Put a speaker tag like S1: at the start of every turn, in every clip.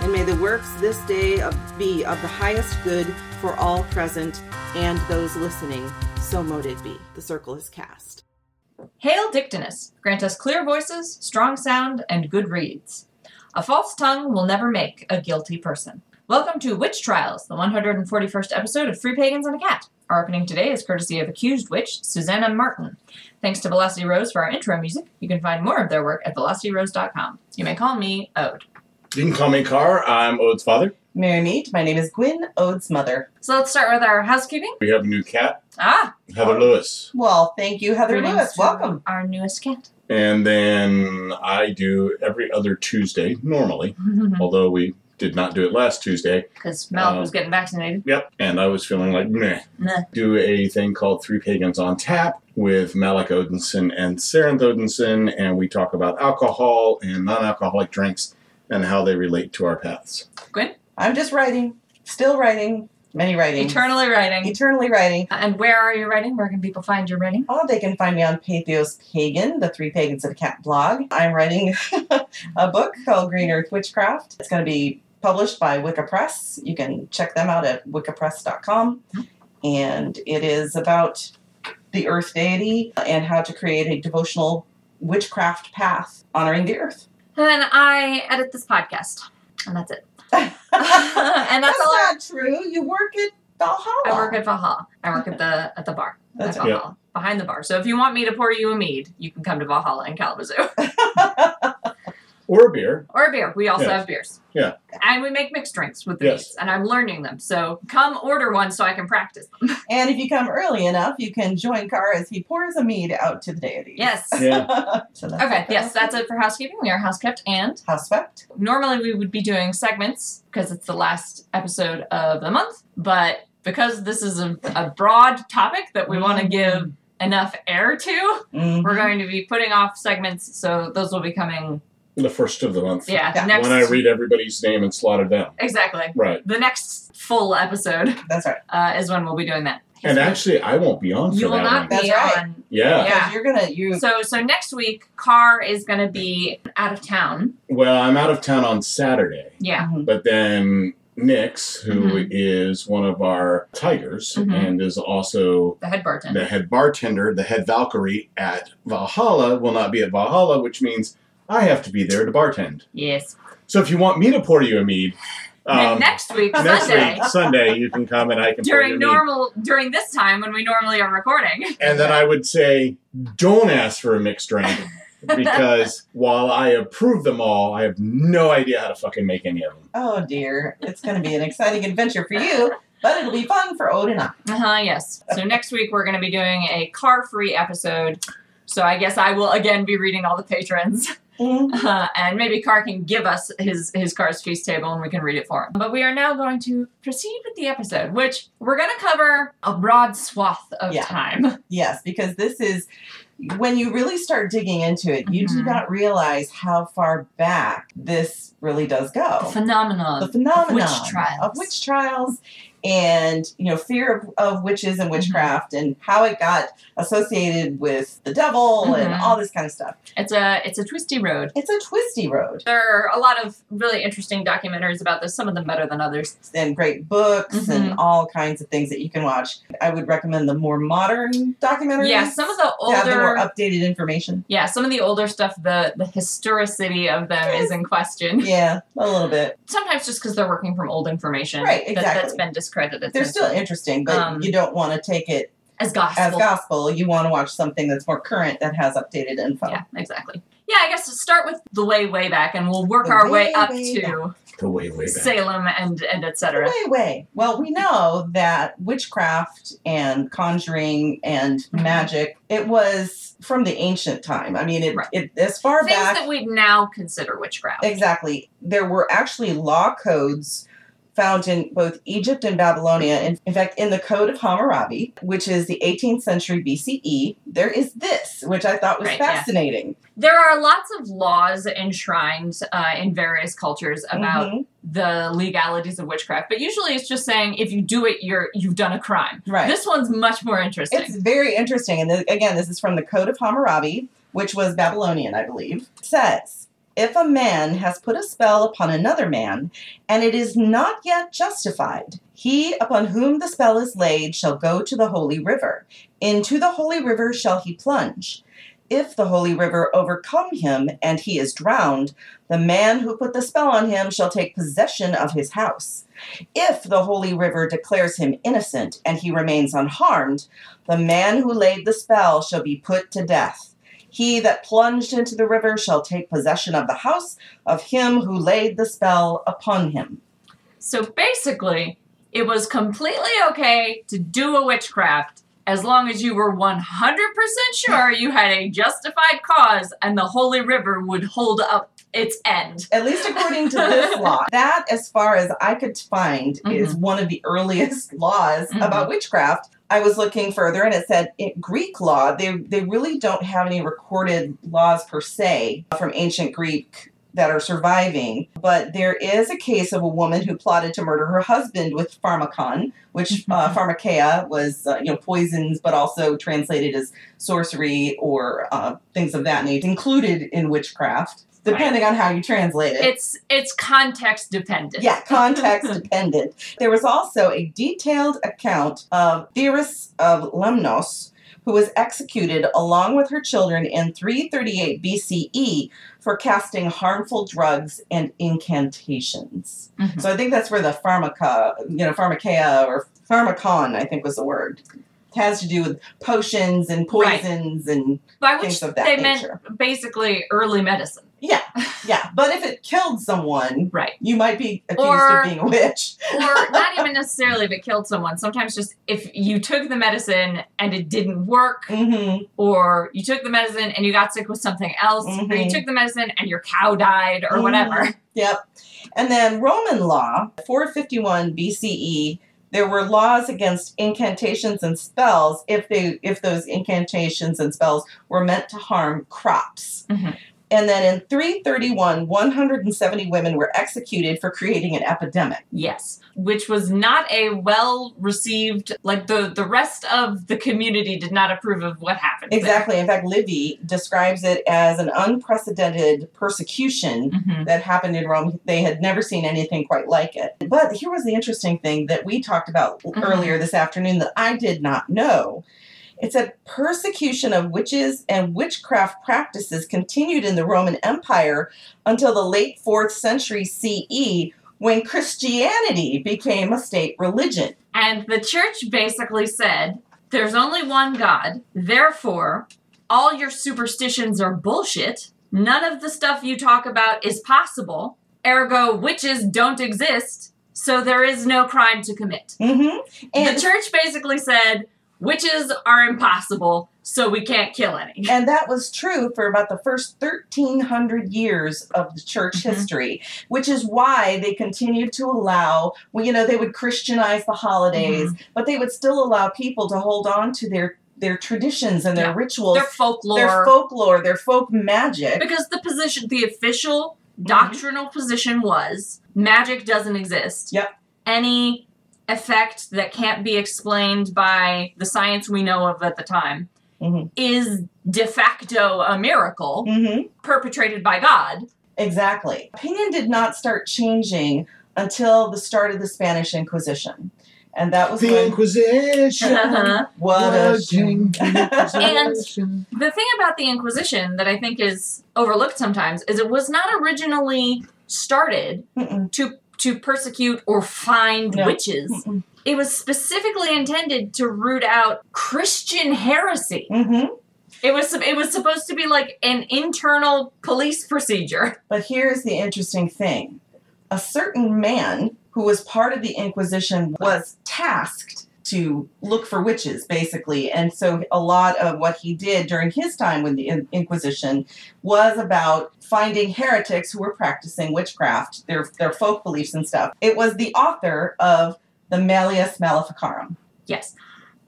S1: And may the works this day of, be of the highest good for all present and those listening. So mote it be. The circle is cast.
S2: Hail Dictinus, grant us clear voices, strong sound, and good reeds. A false tongue will never make a guilty person. Welcome to Witch Trials, the 141st episode of Free Pagans and a Cat. Our opening today is courtesy of accused witch Susanna Martin. Thanks to Velocity Rose for our intro music. You can find more of their work at velocityrose.com. You may call me Ode.
S3: You can call me Carr. I'm Ode's father.
S4: Marry me. My name is Gwyn, Ode's mother.
S2: So let's start with our housekeeping.
S3: We have a new cat,
S2: Ah,
S3: Heather Lewis.
S4: Well, thank you, Heather
S2: greetings
S4: Lewis.
S2: to
S4: Welcome.
S2: Our newest cat.
S3: And then I do every other Tuesday normally, although we did not do it last Tuesday.
S2: Because Malik
S3: Um,
S2: was getting vaccinated.
S3: Yep. And I was feeling like, meh.
S2: Nah.
S3: Do a thing called Three Pagans on Tap with Malik Odinson and Saren Odinson, and we talk about alcohol and non alcoholic drinks and how they relate to our paths.
S4: I'm just writing, still writing, many writing,
S2: Eternally writing.
S4: eternally writing.
S2: And where are you writing? Where can people find your writing?
S4: Oh, they can find me on Pathos Pagan, the Three Pagans of a Cat blog. I'm writing a book called Green Earth Witchcraft. It's going to be published by Wicca Press. You can check them out at wiccapress.com. And it is about the Earth deity and how to create a devotional witchcraft path honoring the Earth.
S2: And I edit this podcast. And that's it. and that's,
S4: That's
S2: all I,
S4: not true. You work at Valhalla.
S2: I work at Valhalla. I work at the at the bar.
S4: That's
S2: at
S3: right.
S2: Valhalla. Behind the bar. So if you want me to pour you a mead, you can come to Valhalla in Kalamazoo.
S3: Or a beer.
S2: or a beer. We also
S3: Yeah.
S2: have beers.
S3: Yeah.
S2: And we make mixed drinks with the
S3: Yes.
S2: meads. And I'm learning them. So come order one so I can practice them.
S4: and if you come early enough, you can join Car as he pours a mead out to the deity.
S2: Yes.
S3: Yeah.
S4: so that's
S2: Okay, yes, that's it for housekeeping. We are house kept and
S4: House swept.
S2: normally we would be doing segments because it's the last episode of the month, but because this is a, a broad topic that we
S4: Mm-hmm.
S2: want to give enough air to,
S4: Mm.
S2: we're going to be putting off segments. So those will be coming,
S3: The first of the month.
S2: yeah,
S4: Yeah.
S2: next.
S3: When I read everybody's name and slaughter them.
S2: exactly.
S3: Right.
S2: The next full episode
S4: That's right.
S2: uh, is when we'll be doing that.
S3: And actually, I won't be on for
S2: you
S3: that
S2: will not
S3: one.
S2: be
S4: That's right.
S2: on.
S3: Yeah.
S2: Yeah.
S4: Because You're gonna you
S2: So, so next week, Carr is going to be out of town.
S3: Well, I'm out of town on Saturday,
S2: Yeah.
S4: Mm-hmm.
S3: but then Nix, who is
S2: Mhm.
S3: one of our tigers
S2: Mhm.
S3: and is also
S2: The head bartender.
S3: the head bartender, the head Valkyrie at Valhalla, will not be at Valhalla, which means I have to be there to bartend.
S2: Yes.
S3: So if you want me to pour you a mead,
S2: and
S3: um,
S2: next week,
S3: next
S2: Sunday,
S3: week, Sunday, you can come and I can pour you
S2: during
S3: a mead.
S2: normal, during this time when we normally are recording.
S3: And then I would say, don't ask for a mixed drink because while I approve them all, I have no idea how to fucking make any of them.
S4: Oh dear. It's gonna be an exciting adventure for you, but it'll be fun for Ode and I.
S2: Uh huh. Yes. So next week we're going to be doing a car-free episode. So I guess I will again be reading all the patrons,
S4: Mm.
S2: uh, and maybe Carr can give us his his car's feast table, and we can read it for him. But we are now going to proceed with the episode, which we're going to cover a broad swath of
S4: Yeah.
S2: time.
S4: Yes, because this is when you really start digging into it, you do
S2: Mhm.
S4: not realize how far back this really does go.
S2: Oh. The phenomenon.
S4: the phenomenon
S2: Of witch trials.
S4: of witch trials and you know fear of, of witches
S2: Mm-hmm.
S4: and witchcraft and how it got associated with the devil and
S2: Mhm.
S4: all this kind of stuff
S2: It's a it's a twisty road.
S4: it's a twisty road
S2: There are a lot of really interesting documentaries about this. Some of them better than others.
S4: and great books
S2: Mhm.
S4: and all kinds of things that you can watch i would recommend the more modern documentaries
S2: Yeah, some of the
S4: to have the more
S2: older.
S4: updated information
S2: Yeah, some of the older stuff. The the historicity of them is in question.
S4: yeah a little bit
S2: Sometimes just because they're working from old information.
S4: Right,
S2: That, that's
S4: exactly.
S2: been discredited.
S4: they're
S2: since
S4: still
S2: then.
S4: interesting but
S2: Um,
S4: you don't want to take it
S2: as gospel.
S4: as gospel you want to watch something that's more current that has updated info
S2: Yeah, exactly. Yeah, I guess to start with the way way back, and we'll work
S4: The
S2: our way,
S4: way,
S2: up
S4: way
S2: to
S3: Go way, way back.
S2: Salem and and etc.
S4: Way, way. Well, we know that witchcraft and conjuring and
S2: Mhm.
S4: magic, it was from the ancient time. I mean, it,
S2: Right.
S4: it as far
S2: Things
S4: back
S2: that we now consider witchcraft.
S4: exactly. There were actually law codes found in both Egypt and Babylonia. In, in fact, in the Code of Hammurabi, which is the 18th century BCE, there is this, which I thought was
S2: Right, yeah.
S4: fascinating.
S2: There are lots of laws enshrined uh, in various cultures about
S4: Mhm.
S2: the legalities of witchcraft, but usually it's just saying if you do it, you're you've done a crime.
S4: right.
S2: This one's much more interesting.
S4: It's very interesting. And th- again, this is from the Code of Hammurabi, which was Babylonian, I believe. Says, if a man has put a spell upon another man, and it is not yet justified, he upon whom the spell is laid shall go to the holy river. Into the holy river shall he plunge. If the holy river overcome him and he is drowned, the man who put the spell on him shall take possession of his house. If the holy river declares him innocent and he remains unharmed, the man who laid the spell shall be put to death. He that plunged into the river shall take possession of the house of him who laid the spell upon him.
S2: So basically, it was completely okay to do a witchcraft as long as you were 100% sure you had a justified cause and the holy river would hold up its end.
S4: At least according to this law. That, as far as I could find, is one of the earliest laws
S2: Mhm.
S4: about witchcraft. I was looking further and it said in Greek law, they, they really don't have any recorded laws per se from ancient Greek that are surviving. But there is a case of a woman who plotted to murder her husband with pharmacon, which uh, pharmakeia was, uh, you know, poisons, but also translated as sorcery or uh, things of that nature, included in witchcraft, depending on how you translate it.
S2: It's it's context dependent.
S4: Yeah, context dependent. There was also a detailed account of Theris of Lemnos, who was executed along with her children in 338 BCE E for casting harmful drugs and incantations.
S2: Mhm.
S4: So I think that's where the pharmaca, you know, pharmakeia or pharmacon, I think was the word, has to do with potions and
S2: Right.
S4: poisons and
S2: By which
S4: things of that
S2: they
S4: nature.
S2: meant basically early medicine.
S4: Yeah, yeah. But if it killed someone,
S2: Right.
S4: you might be accused
S2: Or-
S4: of being a witch.
S2: Or not even necessarily if it killed someone. Sometimes just if you took the medicine and it didn't work,
S4: Mm-hmm.
S2: or you took the medicine and you got sick with something else, or you
S4: Mhm.
S2: took the medicine and your cow died, or whatever.
S4: Yep. And then Roman law, 451 BCE, E, there were laws against incantations and spells if they if those incantations and spells were meant to harm crops.
S2: Mhm.
S4: And then in 331, 170 women were executed for creating an epidemic.
S2: Yes, which was not a well received. Like the the rest of the community did not approve of what happened. there.
S4: Exactly. In fact, Livy describes it as an unprecedented persecution
S2: Mhm.
S4: that happened in Rome. They had never seen anything quite like it. But here was the interesting thing that we talked about earlier this afternoon that I did not know. It said persecution of witches and witchcraft practices continued in the Roman Empire until the late 4th century CE when Christianity became a state religion.
S2: And the church basically said, "There's only one God. Therefore, all your superstitions are bullshit. None of the stuff you talk about is possible. Ergo, witches don't exist. So there is no crime to commit."
S4: hmm
S2: the church basically said witches are impossible, so we can't kill any.
S4: And that was true for about the first 1300 years of the church
S2: Mhm.
S4: history, which is why they continued to allow, well, you know, they would Christianize the holidays, but they would still allow people to hold on to their their traditions and their
S2: Yeah.
S4: rituals,
S2: Their folklore,
S4: their folklore, their folk magic.
S2: because the position, the official
S4: Mm-hmm.
S2: doctrinal position was magic doesn't exist.
S4: Yep.
S2: Any effect that can't be explained by the science we know of at the time
S4: Mhm.
S2: is de facto a miracle
S4: hmm
S2: perpetrated by God.
S4: Exactly. Opinion did not start changing until the start of the Spanish Inquisition. And that was
S3: The
S4: when,
S3: Inquisition.
S2: Uh-huh.
S4: what a shame.
S3: And
S2: The thing about the Inquisition that I think is overlooked sometimes is it was not originally started
S4: Mm-mm.
S2: to to persecute or find
S4: No.
S2: witches.
S4: Mm-mm.
S2: It was specifically intended to root out Christian heresy.
S4: Mhm.
S2: It was it was supposed to be like an internal police procedure.
S4: But here's the interesting thing a certain man who was part of the Inquisition was tasked to look for witches, basically. And so a lot of what he did during his time with the In- Inquisition was about finding heretics who were practicing witchcraft, their their folk beliefs and stuff. It was the author of the Malleus Maleficarum.
S2: Yes.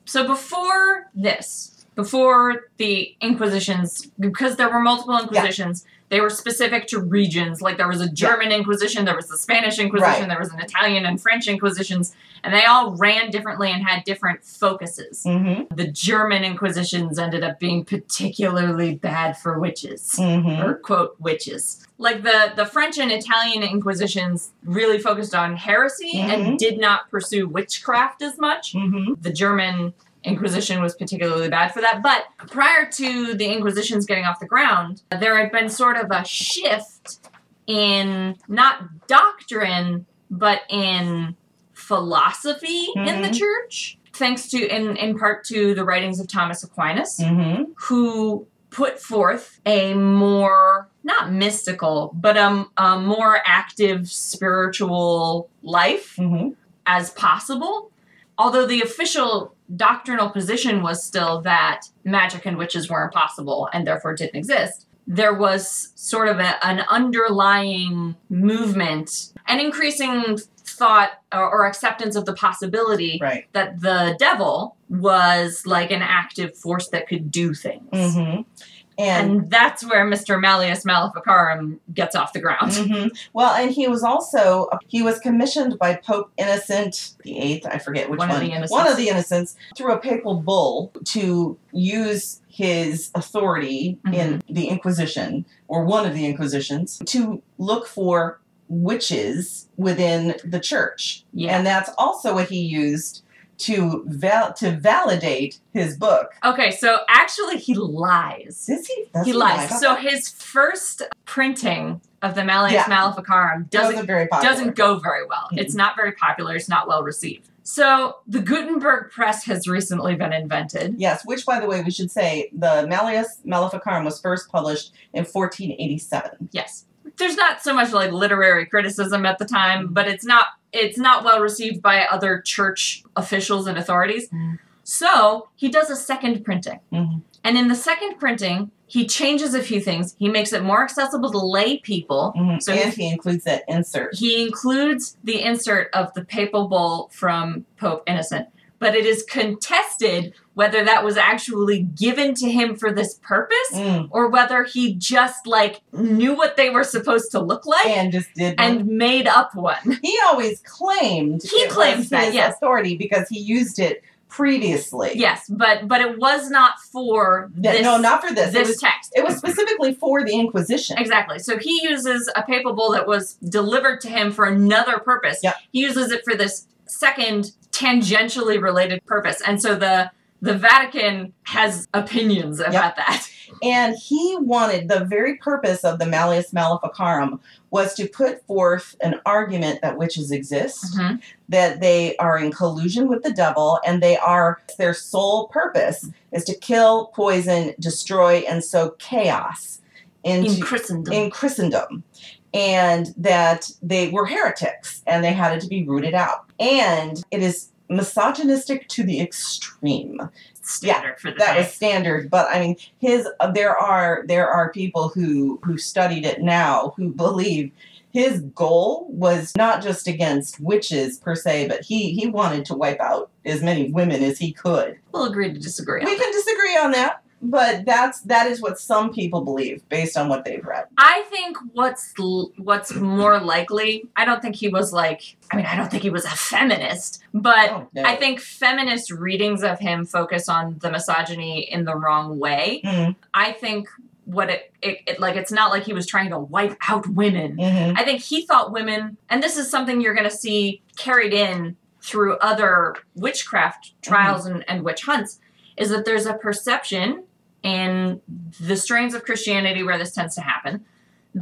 S2: So before this, before the Inquisitions, because there were multiple Inquisitions, they were specific to regions. Like there was a German Inquisition, there was the Spanish Inquisition,
S4: Right.
S2: there was an Italian and French Inquisitions, and they all ran differently and had different focuses.
S4: Mm-hmm.
S2: The German Inquisitions ended up being particularly bad for witches.
S4: Mm-hmm.
S2: Or quote witches. Like the, the French and Italian Inquisitions really focused on heresy
S4: Mhm.
S2: and did not pursue witchcraft as much
S4: Mm-hmm.
S2: the German Inquisition was particularly bad for that. But prior to the Inquisitions getting off the ground, there had been sort of a shift in not doctrine, but in philosophy in the
S4: Mhm.
S2: church, thanks to, in, in part to the writings of Thomas Aquinas,
S4: Mm-hmm.
S2: who put forth a more, not mystical, but a, a more active spiritual life
S4: Mm-hmm.
S2: as possible. Although the official doctrinal position was still that magic and witches were impossible and therefore didn't exist, there was sort of a, an underlying movement, an increasing thought or, or acceptance of the possibility
S4: Right.
S2: that the devil was like an active force that could do things.
S4: Mm-hmm. And
S2: And that's where Mr. Malleus Maleficarum gets off the ground.
S4: hmm Well, and he was also he was commissioned by Pope Innocent the Eighth. I forget which
S2: One
S4: one.
S2: of the Innocents.
S4: One of the Innocents through a papal bull to use his authority
S2: Mm-hmm.
S4: in the Inquisition or one of the Inquisitions to look for witches within the church,
S2: Yeah.
S4: and that's also what he used to val- to validate his book.
S2: okay, so actually he lies.
S4: Is he? That's
S2: he
S4: a
S2: lies.
S4: lie.
S2: So his first printing of the Malleus
S4: Yeah.
S2: Maleficarum
S4: That
S2: doesn't
S4: wasn't very popular.
S2: doesn't go very well.
S4: Mhm.
S2: It's not very popular. It's not well received. So the Gutenberg press has recently been invented.
S4: Yes, which, by the way, we should say the Malleus Maleficarum was first published in 1487.
S2: Yes, there's not so much like literary criticism at the
S4: Mm-hmm.
S2: time, but it's not it's not well received by other church officials and authorities.
S4: Mm.
S2: So he does a second printing.
S4: Mhm.
S2: And in the second printing, he changes a few things. He makes it more accessible to lay people. So
S4: mm-hmm. and he includes that insert.
S2: He includes the insert of the papal bull from Pope Innocent, but it is contested whether that was actually given to him for this purpose
S4: Mm.
S2: or whether he just like knew what they were supposed to look like and,
S4: And just did.
S2: made up one.
S4: he always claimed
S2: He
S4: it was
S2: claims that,
S4: his
S2: yes.
S4: authority because he used it previously.
S2: Yes, but but it was not for
S4: Yeah,
S2: this
S4: no, not for this.
S2: this
S4: it was
S2: text.
S4: it was specifically for the Inquisition.
S2: Exactly. So he uses a papal bull that was delivered to him for another purpose.
S4: Yep.
S2: He uses it for this second tangentially related purpose. And so the the Vatican has opinions about that.
S4: And he wanted the very purpose of the Malleus Maleficarum was to put forth an argument that witches exist.
S2: Mm-hmm.
S4: that they are in collusion with the devil and they are their sole purpose is to kill, poison, destroy, and sow chaos
S2: In
S4: into
S2: Christendom.
S4: in Christendom. And that they were heretics and they had to be rooted out. And it is misogynistic to the extreme.
S2: standard for the
S4: That
S2: day.
S4: was standard, but I mean, his uh, there are there are people who who studied it now who believe his goal was not just against witches per se, but he he wanted to wipe out as many women as he could.
S2: we'll agree to disagree on
S4: We
S2: that.
S4: can disagree on that, but that's that is what some people believe based on what they've read.
S2: I think what's l- what's more likely, I don't think he was like I mean, I don't think he was a feminist, but
S4: Oh, no.
S2: I think feminist readings of him focus on the misogyny in the wrong way.
S4: Mhm,
S2: I think what it, it, it like it's not like he was trying to wipe out women.
S4: mhm.
S2: I think he thought women, and this is something you're going to see carried in through other witchcraft trials and, and witch hunts, is that there's a perception in the strains of Christianity where this tends to happen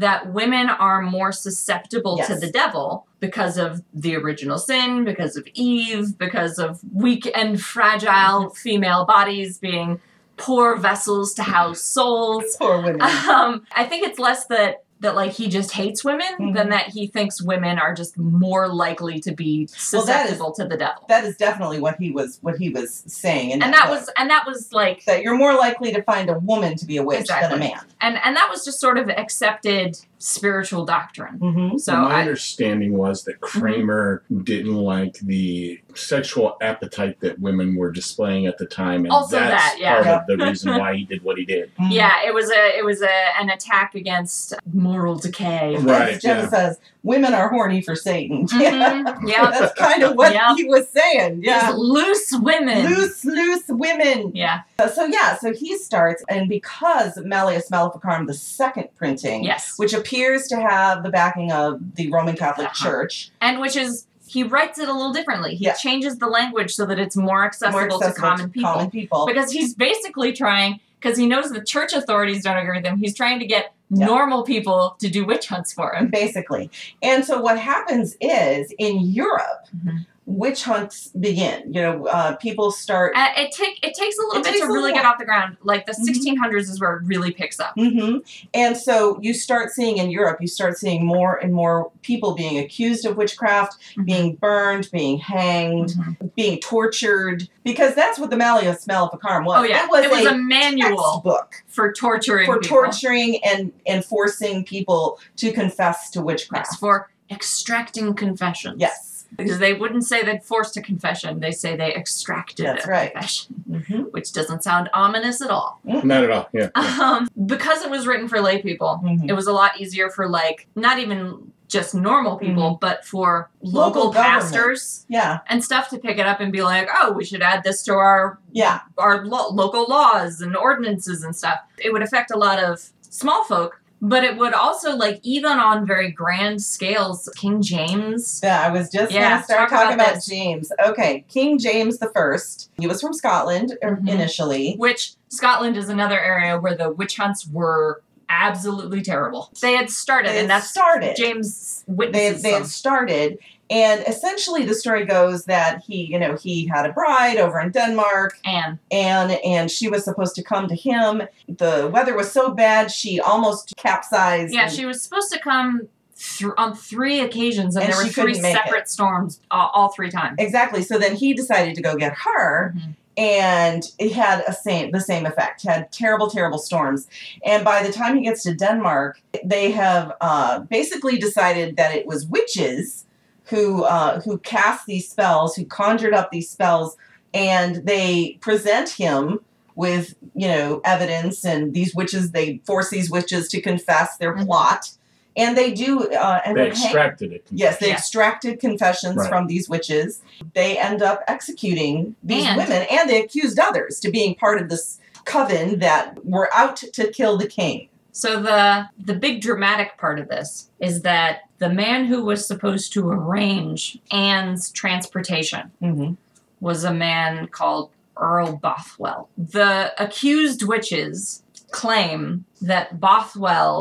S2: that women are more susceptible to
S4: Yes.
S2: the devil because of the original sin, because of Eve, because of weak and fragile female bodies being poor vessels to house souls.
S4: Poor women. Mm-hmm.
S2: Um, I think it's less that that like he just hates women than
S4: Mhm.
S2: that he thinks women are just more likely to be
S4: Well, that is-
S2: susceptible to the devil.
S4: That is definitely what he was what he was saying, in
S2: and that
S4: book,
S2: was and that was like
S4: that you're more likely to find a woman to be a witch
S2: Exactly.
S4: than a man.
S2: and and that was just sort of accepted spiritual doctrine.
S4: Mm-hmm.
S2: So
S3: my
S2: I, Mm-hmm.
S3: understanding was that Kramer didn't like the sexual appetite that women were displaying at the time, and
S2: Also
S3: that's
S2: that, yeah.
S3: part of the reason why he did what he did.
S4: Mm-hmm.
S2: yeah, it was a it was a an attack against moral decay.
S3: Right,
S4: As Jim
S3: yeah.
S4: says, women are horny for Satan.
S2: Mhm, Yeah,
S4: That's kind of what
S2: Yeah.
S4: he was saying.
S2: These
S4: Yeah.
S2: loose women.
S4: Loose, loose women.
S2: Yeah.
S4: Uh, So yeah, so he starts, and because Malleus Maleficarum, the second printing,
S2: Yes.
S4: which appears to have the backing of the Roman Catholic
S2: Uh-huh.
S4: Church,
S2: and which is he writes it a little differently. He
S4: Yeah.
S2: changes the language so that it's more accessible,
S4: more accessible
S2: to common people.
S4: common people.
S2: Because he's basically trying because he knows the church authorities don't agree with him. He's trying to get
S4: Yeah.
S2: normal people to do witch hunts for him.
S4: basically. And so what happens is in Europe,
S2: Mhm.
S4: witch hunts begin. You know, uh, people start.
S2: Uh, it take it takes a little
S4: It
S2: bit
S4: takes
S2: to
S4: a
S2: really
S4: little
S2: get off the ground. Like the
S4: Mhm.
S2: 1600s is where it really picks up.
S4: hmm And so you start seeing in Europe, you start seeing more and more people being accused of witchcraft,
S2: Mhm.
S4: being burned, being hanged,
S2: Mhm.
S4: being tortured, because that's what the Malleus Maleficarum was.
S2: Oh yeah,
S4: it was,
S2: a, manual
S4: textbook
S2: for torturing
S4: for
S2: people.
S4: torturing and and forcing people to confess to
S2: Yes,
S4: witchcraft.
S2: for extracting confessions.
S4: Yes,
S2: because they wouldn't say they forced a confession; they say they extracted
S4: That's
S2: a
S4: right.
S2: confession,
S4: Mhm.
S2: which doesn't sound ominous at all.
S3: Not at all. Yeah.
S2: Um, because it was written for lay people,
S4: Mhm.
S2: it was a lot easier for like not even just normal people, but for local,
S4: Mm-hmm. Local government.
S2: pastors
S4: yeah,
S2: and stuff to pick it up and be like, oh, we should add this to our
S4: yeah,
S2: our lo- local laws and ordinances and stuff. It would affect a lot of small folk, but it would also like even on very grand scales, King James.
S4: yeah. I was just
S2: Yeah,
S4: gonna start
S2: talk
S4: talking
S2: about
S4: about,
S2: this.
S4: James. Okay, King James the First. He was from Scotland er,
S2: Mhm.
S4: initially.
S2: which Scotland is another area where the witch hunts were absolutely terrible. They had started,
S4: It
S2: and that's
S4: started.
S2: James
S4: they,
S2: witnesses
S4: they had
S2: them.
S4: started and essentially the story goes that he you know he had a bride over in denmark
S2: Anne.
S4: and and she was supposed to come to him the weather was so bad she almost capsized
S2: Yeah,
S4: and-
S2: she was supposed to come thr on three occasions, and,
S4: And
S2: there were
S4: she
S2: three
S4: couldn't make
S2: separate storms uh, all three times.
S4: exactly so then he decided to go get her
S2: Mhm.
S4: and it had a same the same effect had terrible terrible storms and by the time he gets to denmark they have uh, basically decided that it was witches who uh, who cast these spells who conjured up these spells and they present him with you know evidence and these witches they force these witches to confess their
S2: Mhm.
S4: plot and they do uh, and
S3: They
S4: would hang-
S3: extracted it.
S4: Yes, they
S2: Yeah.
S4: extracted confessions
S3: Right.
S4: from these witches. They end up executing these
S2: And-
S4: women, and they accused others to being part of this coven that were out to kill the king.
S2: So the the big dramatic part of this is that the man who was supposed to arrange Anne's transportation
S4: Mm-hmm.
S2: was a man called Earl Bothwell. The accused witches claim that Bothwell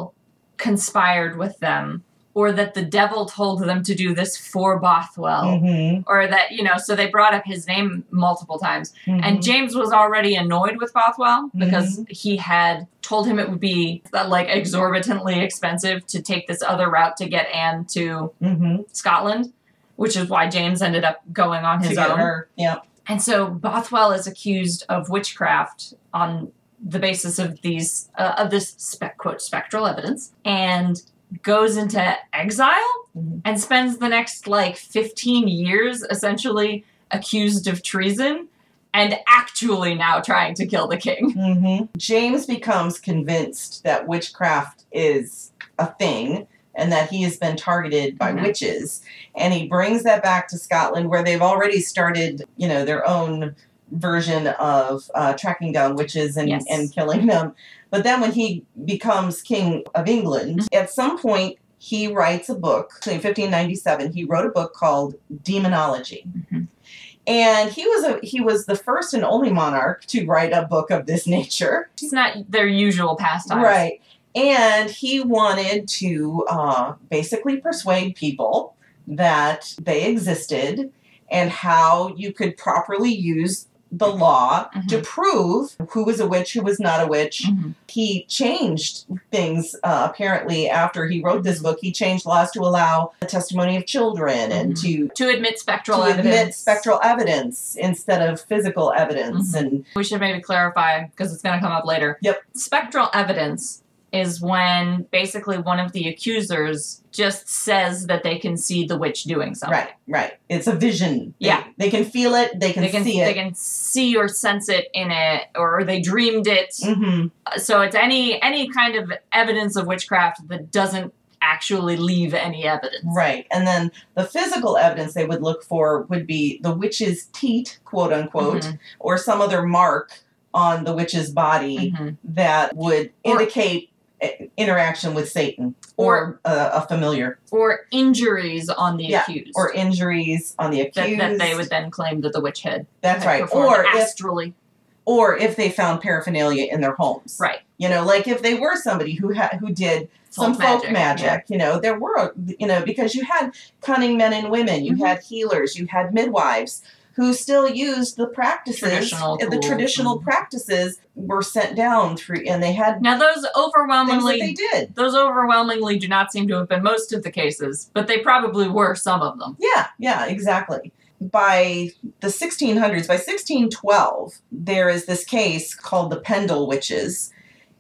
S2: conspired with them, or that the devil told them to do this for Bothwell,
S4: Mm-hmm.
S2: or that, you know, so they brought up his name multiple times. And James was already annoyed with Bothwell because he had told him it would be uh, like exorbitantly expensive to take this other route to get Anne to
S4: mm-hmm.
S2: Scotland, which is why James ended up going on his own.
S4: Yeah.
S2: And so Bothwell is accused of witchcraft on the basis of these uh, of this spec quote spectral evidence and goes into exile
S4: Mhm.
S2: and spends the next like 15 years essentially accused of treason and actually now trying to kill the king.
S4: Mm-hmm. James becomes convinced that witchcraft is a thing and that he has been targeted by
S2: Mhm.
S4: witches. And he brings that back to Scotland where they've already started, you know, their own version of uh, tracking down witches and,
S2: Yes.
S4: and killing them. But then when he becomes King of England, at some point, he writes a book in 1597. He wrote a book called Demonology and he was a he was the first and only monarch to write a book of this nature
S2: It's not their usual pastime.
S4: right and he wanted to uh, basically persuade people that they existed and how you could properly use the law
S2: Mhm.
S4: to prove who was a witch, who was not a witch.
S2: Mhm.
S4: He changed things uh, apparently after he wrote this book. He changed laws to allow the testimony of children and to.
S2: To admit Mm-hmm. spectral
S4: to admit
S2: evidence.
S4: spectral evidence instead of physical evidence,
S2: Mhm.
S4: and
S2: We should maybe clarify because it's going to come up later.
S4: Yep.
S2: Spectral evidence is when basically one of the accusers just says that they can see the witch doing something.
S4: right, right, it's a vision. They-
S2: Oh. Yeah.
S4: they can feel it, they can,
S2: They can
S4: see
S2: they
S4: it.
S2: can see or sense it in it, or they dreamed it.
S4: Mhm.
S2: So it's any any kind of evidence of witchcraft that doesn't actually leave any evidence.
S4: Mm-hmm. Right. And then the physical evidence they would look for would be the witch's teat, quote unquote,
S2: Mhm,
S4: or some other mark on the witch's body
S2: mhm.
S4: that would
S2: Or-
S4: indicate i- interaction with Satan or, uh, a familiar
S2: Or injuries on the
S4: Yeah,
S2: accused.
S4: or injuries on the
S2: that,
S4: accused.
S2: that they would then claim that the witch had
S4: That's
S2: had
S4: right.
S2: performed
S4: Or if,
S2: astrally.
S4: or if they found paraphernalia in their homes.
S2: Right.
S4: You know, like if they were somebody who had who did some
S2: Folk
S4: folk magic. You know, there were, you know, because you had cunning men and women, you
S2: Mhm.
S4: had healers, you had midwives who still used the practices,
S2: Traditional
S4: the
S2: tools.
S4: traditional
S2: Mhm.
S4: practices were sent down through, and they had
S2: Now those
S4: things that
S2: overwhelmingly
S4: they did.
S2: those overwhelmingly do not seem to have been most of the cases, but they probably were some of them.
S4: Yeah, yeah, exactly. By the 1600s, by 1612, there is this case called the Pendle Witches.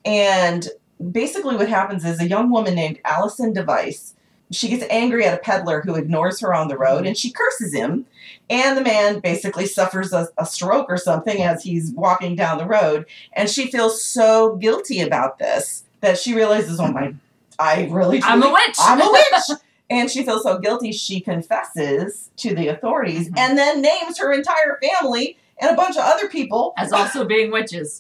S4: And basically, what happens is a young woman named Allison Device. She gets angry at a peddler who ignores her on the road and she curses him. And the man basically suffers a, a stroke or something as he's walking down the road. And she feels so guilty about this that she realizes, oh my, I really,
S2: I'm a
S4: truly
S2: witch.
S4: I'm a witch. And she feels so guilty, she confesses to the authorities
S2: Mhm.
S4: and then names her entire family and a bunch of other people
S2: As also being witches.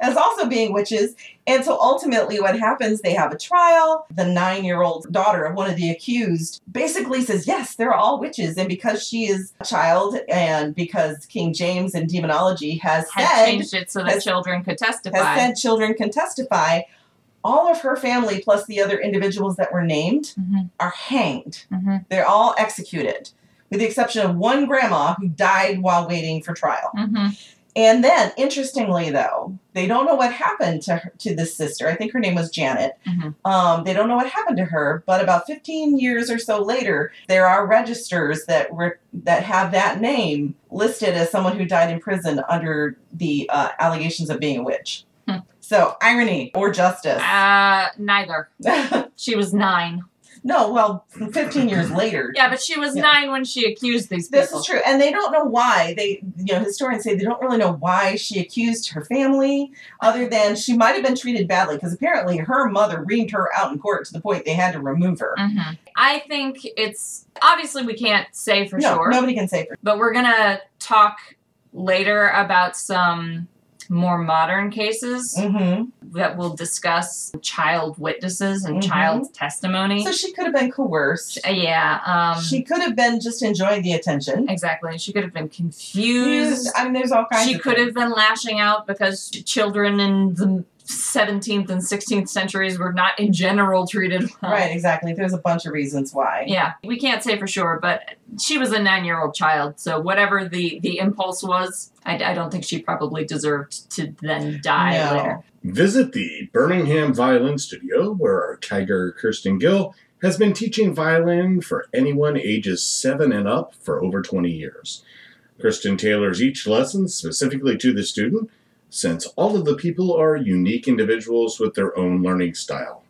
S4: as also being witches. And so ultimately, what happens, they have a trial. The nine year old daughter of one of the accused basically says, Yes, they're all witches. And because she is a child and because King James in demonology has
S2: Had
S4: said,
S2: changed it so that
S4: has-
S2: children could
S4: has
S2: testify.
S4: said children can testify, all of her family, plus the other individuals that were named,
S2: Mhm,
S4: are hanged.
S2: mhm,
S4: They're all executed, with the exception of one grandma who died while waiting for trial.
S2: mhm.
S4: And then, interestingly, though, they don't know what happened to her, to this sister. I think her name was Janet.
S2: Mhm.
S4: Um, they don't know what happened to her. But about 15 years or so later, there are registers that re- that have that name listed as someone who died in prison under the uh, allegations of being a witch.
S2: Hmm.
S4: So irony or justice.
S2: Uh, neither. She was nine.
S4: no, well, 15 years later,
S2: Yeah, but she was
S4: Yeah.
S2: nine when she accused these people.
S4: This is true, and they don't know why. They, you know, historians say they don't really know why she accused her family, other than she might have been treated badly because apparently her mother reamed her out in court to the point they had to remove her.
S2: Mhm. I think it's obviously we can't say for
S4: no,
S2: sure,
S4: nobody can say for
S2: but we're gonna talk later about some more modern cases
S4: mm-hmm.
S2: that will discuss child witnesses and
S4: Mhm.
S2: child testimony.
S4: So she could have been coerced.
S2: Uh, yeah, um,
S4: she could have been just enjoying the attention.
S2: exactly. She could have been confused.
S4: I mean, there's all kinds.
S2: She
S4: of
S2: could
S4: things.
S2: have been lashing out because children in the 17th and 16th centuries were not in general treated well.
S4: Right, exactly. There's a bunch of reasons why.
S2: Yeah, we can't say for sure, but she was a nine-year-old child, so whatever the the impulse was, I, I don't think she probably deserved to then die
S4: No.
S2: later.
S3: Visit the Birmingham Violin Studio, where our tiger Kirsten Gill has been teaching violin for anyone ages 7 and up for over 20 years. Kirsten tailors each lesson specifically to the student, since all of the people are unique individuals with their own learning style.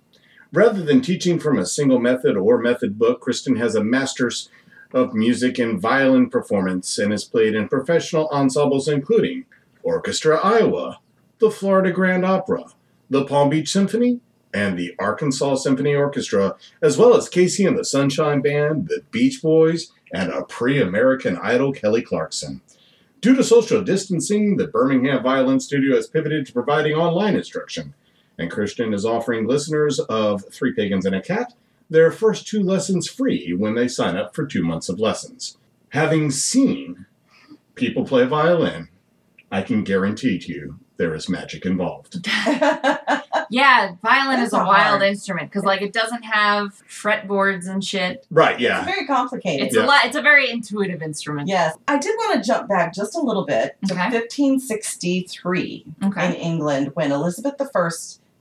S3: Rather than teaching from a single method or method book, Kristen has a master's of music in violin performance and has played in professional ensembles including Orchestra Iowa, the Florida Grand Opera, the Palm Beach Symphony, and the Arkansas Symphony Orchestra, as well as Casey and the Sunshine Band, the Beach Boys, and a pre American idol, Kelly Clarkson. Due to social distancing, the Birmingham Violin Studio has pivoted to providing online instruction, and Christian is offering listeners of Three Pagans and a Cat their first two lessons free when they sign up for two months of lessons. Having seen people play violin, I can guarantee to you there is magic involved.
S2: Yeah, violin
S4: That's
S2: is a
S4: not
S2: wild
S4: hard.
S2: instrument because like it doesn't have fretboards and shit.
S3: Right,
S4: It's
S3: yeah.
S4: very complicated.
S2: It's a
S3: Yeah.
S2: lot. It's a very intuitive instrument.
S4: Yes. I did want to jump back just a little bit to
S2: Okay.
S4: 1563 in
S2: Okay.
S4: England when Elizabeth I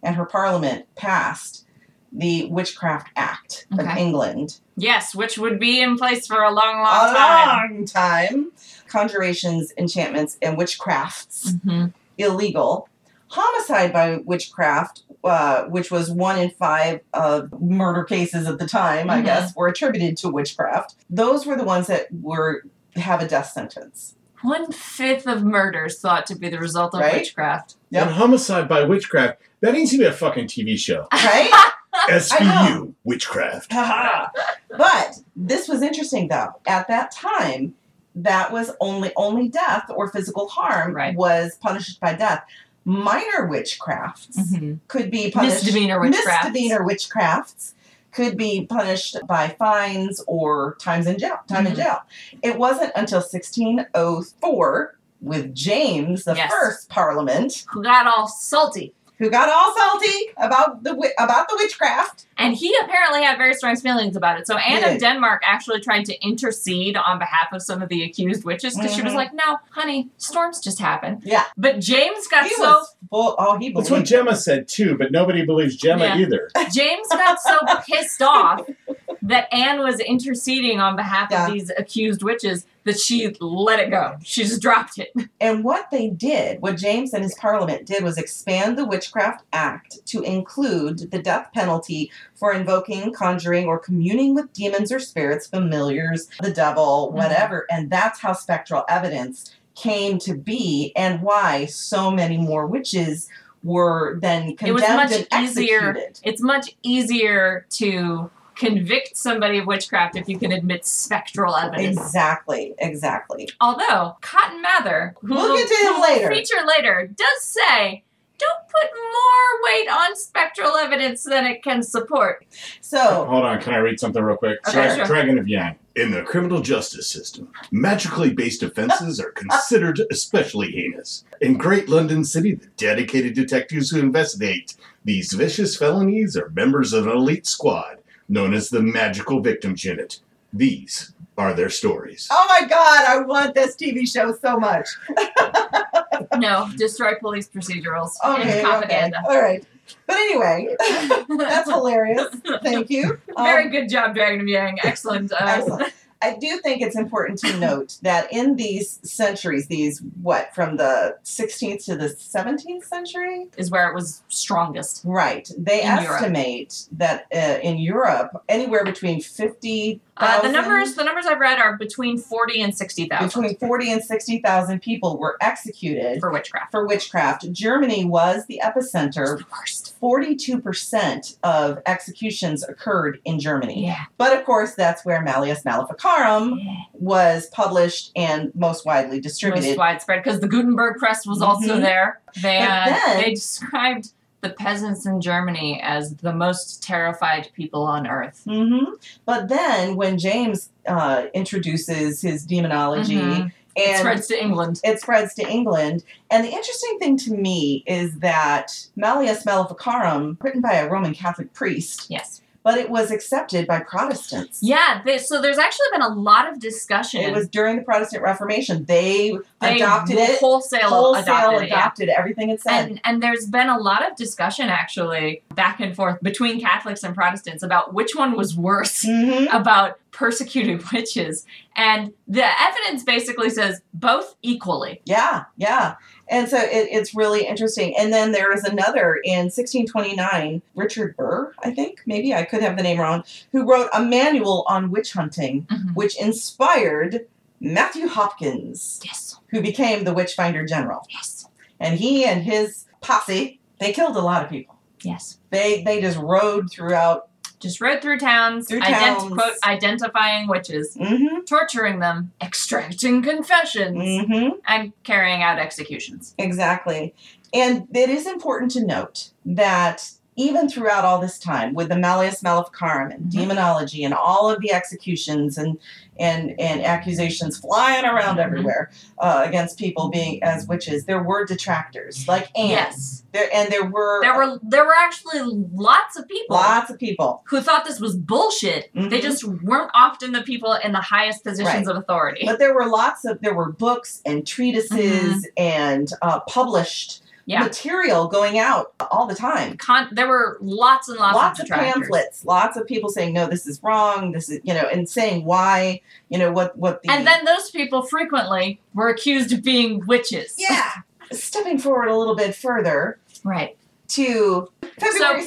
S4: and her parliament passed the Witchcraft Act of
S2: Okay.
S4: England.
S2: Yes, which would be in place for a long, long
S4: a
S2: time.
S4: long time. Conjurations, enchantments, and witchcrafts.
S2: Mhm.
S4: illegal. Homicide by witchcraft, uh, which was one in five of murder cases at the time, I
S2: Mhm.
S4: guess, were attributed to witchcraft. Those were the ones that were have a death sentence.
S2: One fifth of murders thought to be the result of
S4: Right?
S2: witchcraft.
S4: Yep.
S3: And homicide by witchcraft, that needs to be a fucking TV show.
S4: Right?
S3: SVU, witchcraft.
S4: Haha. but this was interesting though. At that time, that was only only death or physical harm
S2: Right.
S4: was punished by death. Minor witchcrafts
S2: Mhm.
S4: could be punished
S2: Misdemeanor witchcraft.
S4: misdemeanor witchcrafts could be punished by fines or times in jail time in
S2: Mhm.
S4: jail it wasn't until 1604 with james the
S2: Yes.
S4: first parliament
S2: Who got all salty?
S4: who got all salty about the wi- about the witchcraft
S2: And he apparently had very strong feelings about it. So Anne
S4: Yeah.
S2: of Denmark actually tried to intercede on behalf of some of the accused witches because she was
S4: Mhm.
S2: like, "No, honey, storms just happen."
S4: yeah
S2: But James got
S4: he
S2: so
S4: was full oh he
S3: That's what
S4: believed it.
S3: Gemma said too, but nobody believes Gemma
S2: Yeah.
S3: either.
S2: James got so pissed off that Anne was interceding on behalf
S4: Yeah.
S2: of these accused witches that she let it go. She just dropped it.
S4: And what they did, what James and his parliament did, was expand the Witchcraft Act to include the death penalty for invoking, conjuring, or communing with demons or spirits, familiars, the devil,
S2: Mhm.
S4: whatever. And that's how spectral evidence came to be and why so many more witches were then condemned
S2: It was much
S4: and
S2: easier.
S4: executed.
S2: It's much easier to convict somebody of witchcraft if you can admit spectral evidence.
S4: Exactly, exactly.
S2: Although Cotton Mather, who
S4: We'll get to
S2: who
S4: him
S2: we'll
S4: later.
S2: feature later, does say, "Don't put more weight on spectral evidence than it can support."
S4: So
S3: Hold on, can I read something real quick?
S2: Oh. Okay,
S3: Dra-
S2: sure.
S3: Dragon of Yang. In the criminal justice system, magically based offenses are considered especially heinous. In Great London City, the dedicated detectives who investigate these vicious felonies are members of an elite squad known as the Magical Victims Unit. These are their stories.
S4: Oh my god, I want this TV show so much.
S2: No, destroy police procedurals.
S4: Okay,
S2: it's
S4: okay.
S2: propaganda.
S4: All right. But anyway, That's hilarious. Thank you. Um,
S2: Very good job, Dragon of Yang. Excellent. Uh,
S4: Excellent. I do think it's important to note that in these centuries, these what from the 16th to the 17th century,
S2: Is where it was strongest.
S4: right? They
S2: In Europe.
S4: estimate that uh, in Europe, anywhere between 50
S2: Uh, the numbers, the numbers I've read are between forty and sixty thousand
S4: between 40 and 60 thousand people were executed
S2: for witchcraft.
S4: for witchcraft. Germany was the epicenter.
S2: The worst.
S4: 42% of executions occurred in Germany.
S2: Yeah.
S4: But of course, that's where Malleus Maleficarum was published and most widely distributed.
S2: Most widespread because the Gutenberg press was also
S4: Mhm.
S2: there. They
S4: But
S2: uh,
S4: then-
S2: they described the peasants in Germany as the most terrified people on earth.
S4: hmm But then when James uh, introduces his demonology
S2: Mhm. It
S4: and
S2: spreads to England.
S4: it spreads to England. And the interesting thing to me is that Malleus Maleficarum, written by a Roman Catholic priest,
S2: Yes.
S4: but it was accepted by Protestants.
S2: Yeah. There, so there's actually been a lot of discussion.
S4: It was during the Protestant Reformation. They,
S2: they
S4: adopted it,
S2: wholesale,
S4: wholesale
S2: adopted it. yeah.
S4: everything it said.
S2: And, and there's been a lot of discussion actually back and forth between Catholics and Protestants about which one was worse
S4: Mhm.
S2: about persecuted witches. And the evidence basically says both equally.
S4: Yeah, yeah. And so it, it's really interesting. And then there is another in 1629, Richard Burr, I think, maybe I could have the name wrong, who wrote a manual on witch hunting, which inspired Matthew Hopkins,
S2: Yes,
S4: who became the Witchfinder General.
S2: yes,
S4: And he and his posse, they killed a lot of people.
S2: yes.
S4: They they just rode throughout.
S2: Just rode through towns,
S4: Through towns.
S2: quote, identifying witches,
S4: Mm-hmm.
S2: torturing them, extracting confessions,
S4: Mm-hmm.
S2: and carrying out executions.
S4: Exactly. And it is important to note that even throughout all this time with the Malleus Maleficarum and
S2: Mhm.
S4: demonology and all of the executions and and and accusations flying around
S2: Mhm.
S4: everywhere uh, against people being as witches, there were detractors like Anne.
S2: Yes.
S4: There and there were
S2: There were there were actually lots of people
S4: lots of people.
S2: who thought this was bullshit. They
S4: Mhm.
S2: just weren't often the people in the highest positions
S4: Right.
S2: of authority.
S4: But there were lots of there were books and treatises and uh, published
S2: Mm-hmm. Yeah.
S4: material going out all the time.
S2: Con- there were lots and lots,
S4: lots
S2: of
S4: of
S2: detractors.
S4: pamphlets, lots of people saying no, this is wrong. This is you know, and saying why you know what what the
S2: And then those people frequently were accused of being witches.
S4: yeah. Stepping forward a little bit further
S2: Right.
S4: to February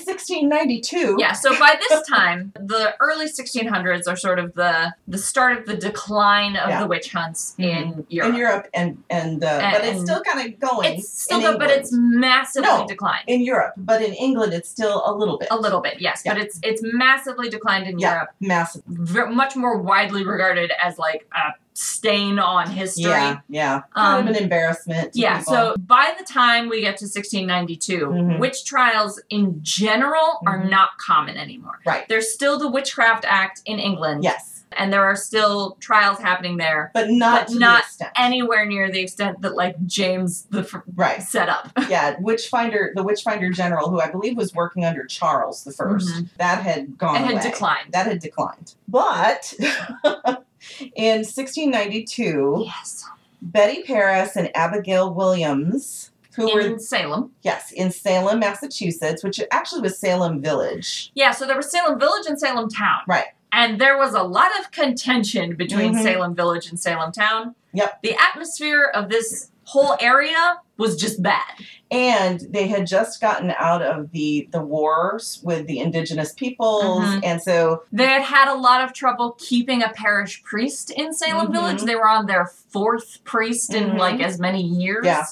S4: 1692.
S2: Yeah. So by this time, the early 1600s are sort of the the start of the decline of
S4: Yeah. Mm-hmm.
S2: the witch hunts in
S4: in
S2: Europe.
S4: Europe and and, uh,
S2: And-
S4: but it's still kind of going.
S2: It's still,
S4: in
S2: good, but
S4: England.
S2: it's massively
S4: No.
S2: declined.
S4: in Europe, but in England it's still a little bit
S2: A little bit, yes, but it's it's massively declined in
S4: Yeah.
S2: Europe.
S4: massive.
S2: Ver much more widely regarded as like a stain on history. Um,
S4: Yeah, yeah, kind of an embarrassment. to
S2: Yeah,
S4: people.
S2: so by the time we get to 1692,
S4: Mhm.
S2: witch trials in general are
S4: Mhm.
S2: not common anymore.
S4: right,
S2: There's still the Witchcraft Act in England,
S4: yes,
S2: and there are still trials happening there,
S4: but not
S2: But
S4: to
S2: not
S4: the extent.
S2: anywhere near the extent that like James the f-
S4: right,
S2: set up.
S4: yeah. Witchfinder, the Witchfinder General, who I believe was working under Charles the 1st that had gone
S2: and
S4: away.
S2: Mm-hmm. had declined.
S4: That had declined. But in 1692,
S2: yes,
S4: Betty Paris and Abigail Williams, who
S2: in
S4: were
S2: Salem.
S4: yes in Salem, Massachusetts, which actually was Salem Village.
S2: Yeah, so there was Salem Village and Salem Town.
S4: Right.
S2: And there was a lot of contention between
S4: Mhm.
S2: Salem Village and Salem Town.
S4: Yep.
S2: The atmosphere of this whole area was just bad.
S4: and they had just gotten out of the the wars with the indigenous peoples
S2: Mhm.
S4: and so
S2: They had had a lot of trouble keeping a parish priest in Salem
S4: Mhm.
S2: Village. They were on their fourth priest in
S4: Mhm.
S2: like as many years.
S4: Yeah.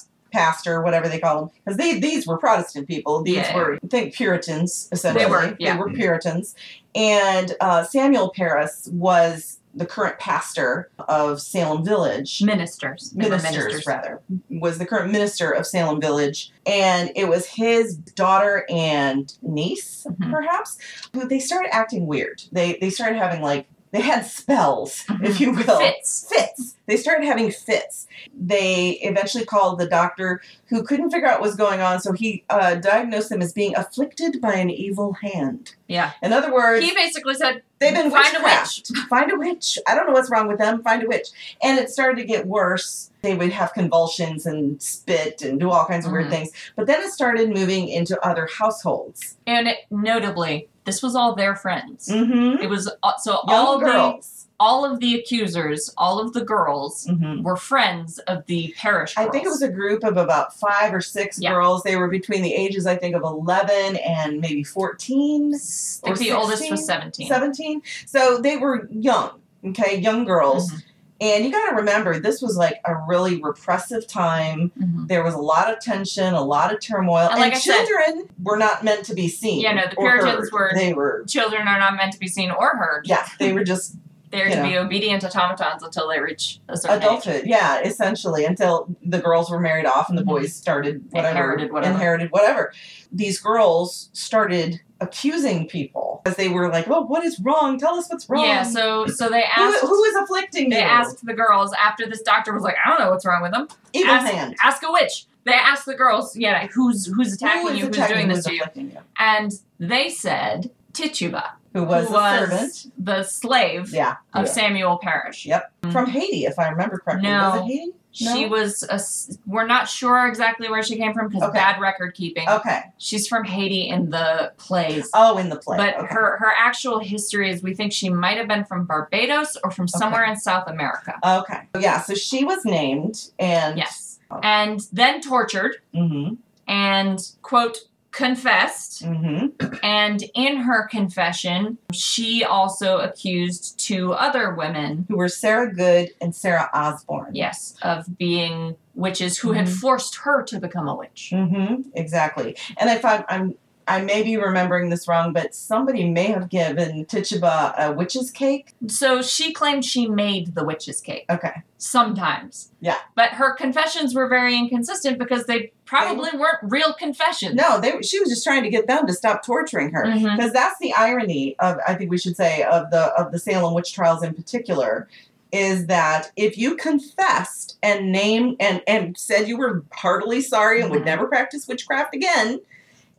S4: pastor whatever they call them because they these were protestant people these
S2: Yeah.
S4: were I think puritans essentially
S2: They were, yeah.
S4: were puritans and uh, samuel paris was the current pastor of salem village
S2: Ministers. They were
S4: ministers, rather was the current minister of salem village and it was his daughter and niece
S2: Mhm.
S4: perhaps who they started acting weird they they started having like they had spells
S2: Mhm.
S4: if you will
S2: Fits.
S4: fits they started having fits they eventually called the doctor who couldn't figure out what was going on so he uh, diagnosed them as being afflicted by an evil hand
S2: Yeah.
S4: in other words
S2: He basically said,
S4: they've been
S2: find a
S4: witchcraft
S2: witch.
S4: find a witch. I don't know what's wrong with them. Find a witch. And it started to get worse. They would have convulsions and spit and do all kinds of
S2: Mhm.
S4: weird things. But then it started moving into other households.
S2: And it, notably, this was all their friends.
S4: Mm-hmm.
S2: It was uh, so all
S4: Young
S2: of the
S4: girls.
S2: all of the accusers, all of the girls
S4: Mhm.
S2: were friends of the parish.
S4: I think it was
S2: girls.
S4: a group of about five or six
S2: Yeah.
S4: girls. They were between the ages, I think, of 11 and maybe 14,
S2: I think
S4: or
S2: the oldest was 17.
S4: 16, 17. So they were young, okay, young girls.
S2: Mhm,
S4: And you got to remember, this was like a really repressive time.
S2: mhm.
S4: There was a lot of tension, a lot of turmoil,
S2: And
S4: and,
S2: like I said-
S4: children were not meant to be seen.
S2: Yeah, no, the
S4: or
S2: Puritans
S4: heard.
S2: were-
S4: They were.
S2: Children are not meant to be seen or heard.
S4: Yeah, they were just
S2: They're
S4: You
S2: to be obedient automatons until they reach a certain age.
S4: adulthood. Yeah, essentially, until the girls were married off and the boys started whatever
S2: Mm-hmm. Inherited whatever.
S4: inherited whatever. These girls started accusing people as they were like, "Well, what is wrong? Tell us what's wrong."
S2: Yeah, so so they
S4: who,
S2: asked
S4: who is afflicting
S2: they
S4: you?
S2: asked the girls after this doctor was like, I don't know what's wrong with them.
S4: Evil
S2: asked-
S4: hand.
S2: Ask a witch. They asked the girls, yeah, who's who's attacking
S4: who is
S2: you, who's
S4: attacking
S2: doing
S4: you?
S2: this to you?
S4: afflicting you?
S2: And they said Tituba,
S4: Who was
S2: who
S4: a
S2: was
S4: servant?
S2: the slave
S4: Yeah,
S2: of
S3: Yeah.
S2: Samuel Parrish.
S4: yep. From Haiti, if I remember correctly.
S2: Mm-hmm. No.
S4: Was it Haiti? No?
S2: She was a s we're not sure exactly where she came from because
S4: Okay.
S2: bad record keeping.
S4: Okay.
S2: She's from Haiti in the plays.
S4: Oh, in the play.
S2: But
S4: Okay.
S2: her, her actual history is we think she might have been from Barbados or from somewhere in South America.
S4: Okay. Yeah. So she was named and.
S2: Yes. And then tortured
S4: Mm
S2: and, quote, confessed.
S4: hmm. Mm
S2: And in her confession, she also accused two other women,
S4: Who were Sarah Good and Sarah Osborne.
S2: yes, of being witches who had
S4: Mhm.
S2: forced her to become a witch.
S4: Mm hmm. Exactly. Mm-hmm, And if I'm, I'm, I may be remembering this wrong, but somebody may have given Tituba a witch's cake.
S2: So she claimed she made the witch's cake
S4: Okay.
S2: sometimes.
S4: Yeah.
S2: But her confessions were very inconsistent because they probably weren't real confessions.
S4: No, they, she was just trying to get them to stop torturing her.
S2: Mhm.
S4: because that's the irony of I think we should say of the of the Salem witch trials in particular is that if you confessed and named and and said you were heartily sorry and would
S2: Mhm.
S4: never practice witchcraft again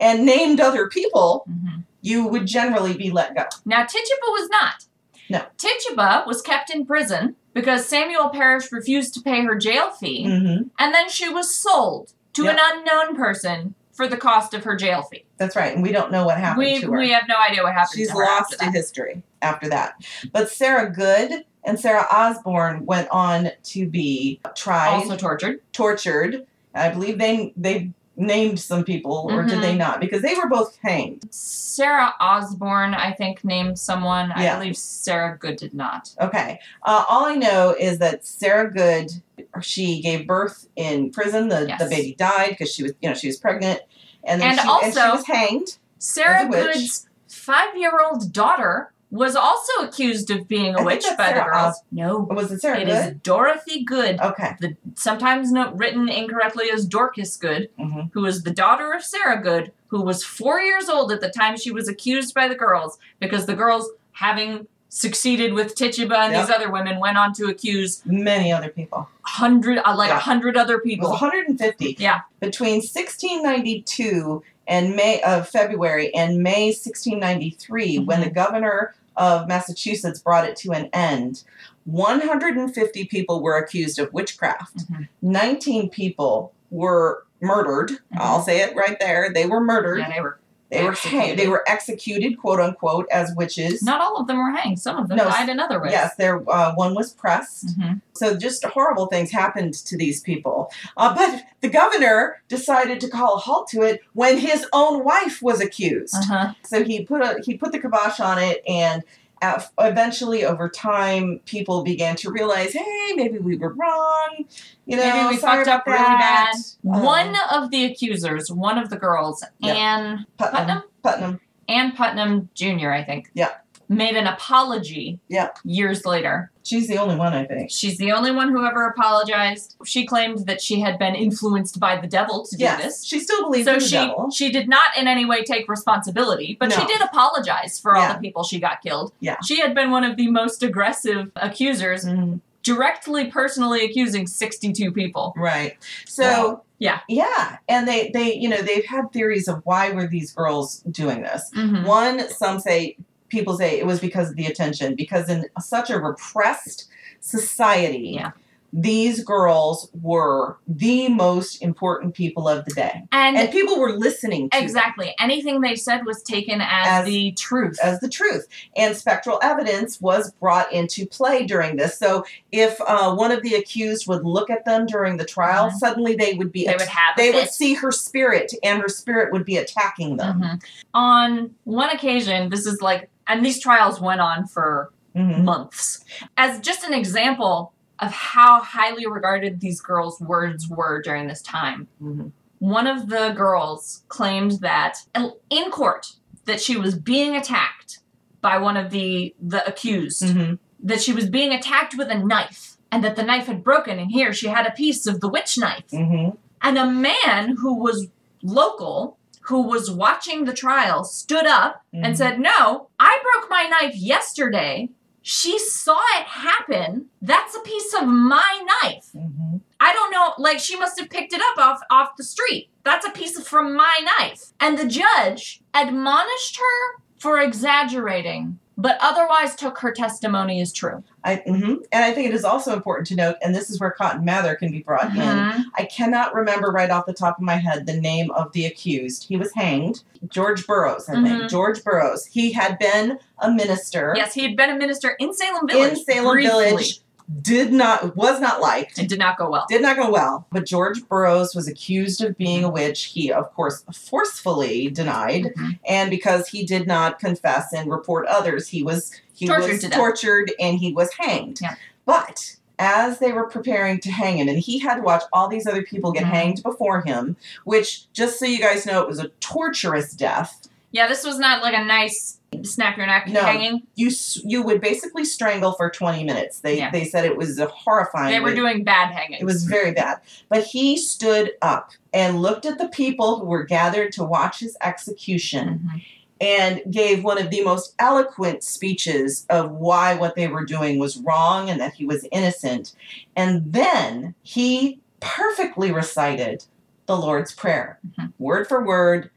S4: and named other people
S2: Mhm.
S4: you would generally be let go
S2: Now Tituba was not.
S4: No.
S2: Tituba was kept in prison because Samuel Parrish refused to pay her jail fee,
S4: mm-hmm.
S2: and then she was sold to
S4: Yep.
S2: an unknown person for the cost of her jail fee.
S4: that's right and we don't know what happened
S2: We
S4: to her
S2: we have no idea what happened.
S4: She's
S2: to her
S4: lost
S2: after
S4: to
S2: that.
S4: history after that. But Sarah Good and Sarah Osborne went on to be tried,
S2: Also tortured.
S4: tortured. I believe they they named some people, or
S2: Mhm.
S4: did they not? Because they were both hanged.
S2: Sarah Osborne, I think, named someone. I
S4: Yeah.
S2: believe Sarah Good did not.
S4: Okay. Uh, all I know is that Sarah Good, she gave birth in prison. The,
S2: Yes.
S4: the baby died because she was you know she was pregnant, and then
S2: And
S4: she, and she
S2: also-
S4: was hanged.
S2: Sarah
S4: As a witch.
S2: Good's five-year-old daughter was also accused of being
S4: I
S2: a
S4: think
S2: witch
S4: that's
S2: by the
S4: Sarah
S2: girls. no,
S4: Was it
S2: it
S4: Sarah
S2: is
S4: Good?
S2: Dorothy Good,
S4: Okay.
S2: sometimes no, written incorrectly as Dorcas Good,
S4: Mhm.
S2: who was the daughter of Sarah Good, who was four years old at the time she was accused by the girls, because the girls, having succeeded with Tituba and
S4: Yep.
S2: these other women, went on to accuse
S4: Many other people.
S2: hundred, uh, like a
S4: Yeah.
S2: hundred other
S4: It was
S2: people.
S4: 150.
S2: Yeah.
S4: Between 1692 and May of February and May 1693,
S2: Mm-hmm.
S4: when the governor of Massachusetts brought it to an end, 150 people were accused of witchcraft.
S2: Mhm.
S4: 19 people were murdered. I'll say it right there. They were murdered.
S2: Mm-hmm. Yeah, they were.
S4: They were
S2: Executed.
S4: hanged. they were executed, quote unquote, as witches.
S2: Not all of them were hanged. Some of them
S4: No,
S2: died in other ways.
S4: Yes, there uh, one was pressed.
S2: Mhm.
S4: So just horrible things happened to these people. Uh, but the governor decided to call a halt to it when his own wife was accused.
S2: Uh-huh.
S4: So he put a he put the kibosh on it and. af eventually, over time, people began to realize, "Hey, maybe we were wrong. You know,
S2: Maybe we
S4: sorry
S2: fucked up
S4: about
S2: really
S4: that." Um,
S2: bad. one of the accusers, one of the girls,
S4: Yeah. Um,
S2: Anne Putnam,
S4: Putnam, Putnam,
S2: Anne Putnam Jr., I think.
S4: Yeah.
S2: Made an apology.
S4: Yeah.
S2: Years later,
S4: she's the only one, I think.
S2: she's the only one who ever apologized. She claimed that she had been influenced by the devil to do
S4: Yes,
S2: this.
S4: she still believes
S2: So
S4: in the
S2: she
S4: devil.
S2: she did not in any way take responsibility, but she
S4: No.
S2: did apologize for all
S4: Yeah.
S2: the people she got killed.
S4: Yeah.
S2: She had been one of the most aggressive accusers,
S4: Mm,
S2: directly personally accusing 62 people.
S4: right. So.
S3: Wow.
S2: Yeah.
S4: Yeah, and they they you know they've had theories of why were these girls doing this.
S2: Mhm.
S4: One, some say people say it was because of the attention because in such a repressed society,
S2: Yeah.
S4: these girls were the most important people of the day,
S2: And,
S4: and, people were listening to them
S2: exactly anything they said was taken as,
S4: As-
S2: the truth.
S4: as the truth. And spectral evidence was brought into play during this. So if uh, one of the accused would look at them during the trial,
S2: Mhm.
S4: suddenly they would be
S2: they would have. a
S4: they would
S2: fit.
S4: see her spirit and her spirit would be attacking them
S2: Mhm. On one occasion, this is like, and these trials went on for
S4: Mhm.
S2: months. As just an example of how highly regarded these girls' words were during this time,
S4: Mhm.
S2: one of the girls claimed that in court that she was being attacked by one of the the accused,
S4: Mhm.
S2: that she was being attacked with a knife, and that the knife had broken, and here she had a piece of the witch knife.
S4: Mhm.
S2: And a man who was local, who was watching the trial, stood up and
S4: Mhm.
S2: said, No, I broke my knife yesterday. She saw it happen. That's a piece of my knife.
S4: Mhm.
S2: I don't know, like she must have picked it up off off the street. That's a piece from my knife. And the judge admonished her for exaggerating, but otherwise took her testimony as true.
S4: I, mhm. And I think it is also important to note, and this is where Cotton Mather can be brought
S2: Mm-hmm.
S4: in. I cannot remember right off the top of my head the name of the accused. He was hanged. George Burroughs, I
S2: Mhm.
S4: think. George Burroughs. He had been a minister
S2: Yes, he had been a minister in Salem
S4: in
S2: Village.
S4: Salem
S2: briefly.
S4: Village. Did not was not liked.
S2: It did not go well.
S4: did not go well. But George Burroughs was accused of being a witch. He, of course, forcefully denied,
S2: Mhm.
S4: and because he did not confess and report others, he was he
S2: Tortured
S4: was
S2: to death.
S4: tortured and he was hanged.
S2: Yeah.
S4: But as they were preparing to hang him, and he had to watch all these other people get
S2: Mhm.
S4: hanged before him, which, just so you guys know, it was a torturous death.
S2: Yeah, this was not like a nice snap your neck
S4: No.
S2: hanging.
S4: You s- you would basically strangle for 20 minutes. They
S2: Yeah.
S4: they said it was a horrifying.
S2: They were
S4: way-
S2: doing bad hanging.
S4: It was very bad. But he stood up and looked at the people who were gathered to watch his execution
S2: Mhm.
S4: and gave one of the most eloquent speeches of why what they were doing was wrong and that he was innocent. And then he perfectly recited the Lord's Prayer,
S2: Mhm.
S4: word for word,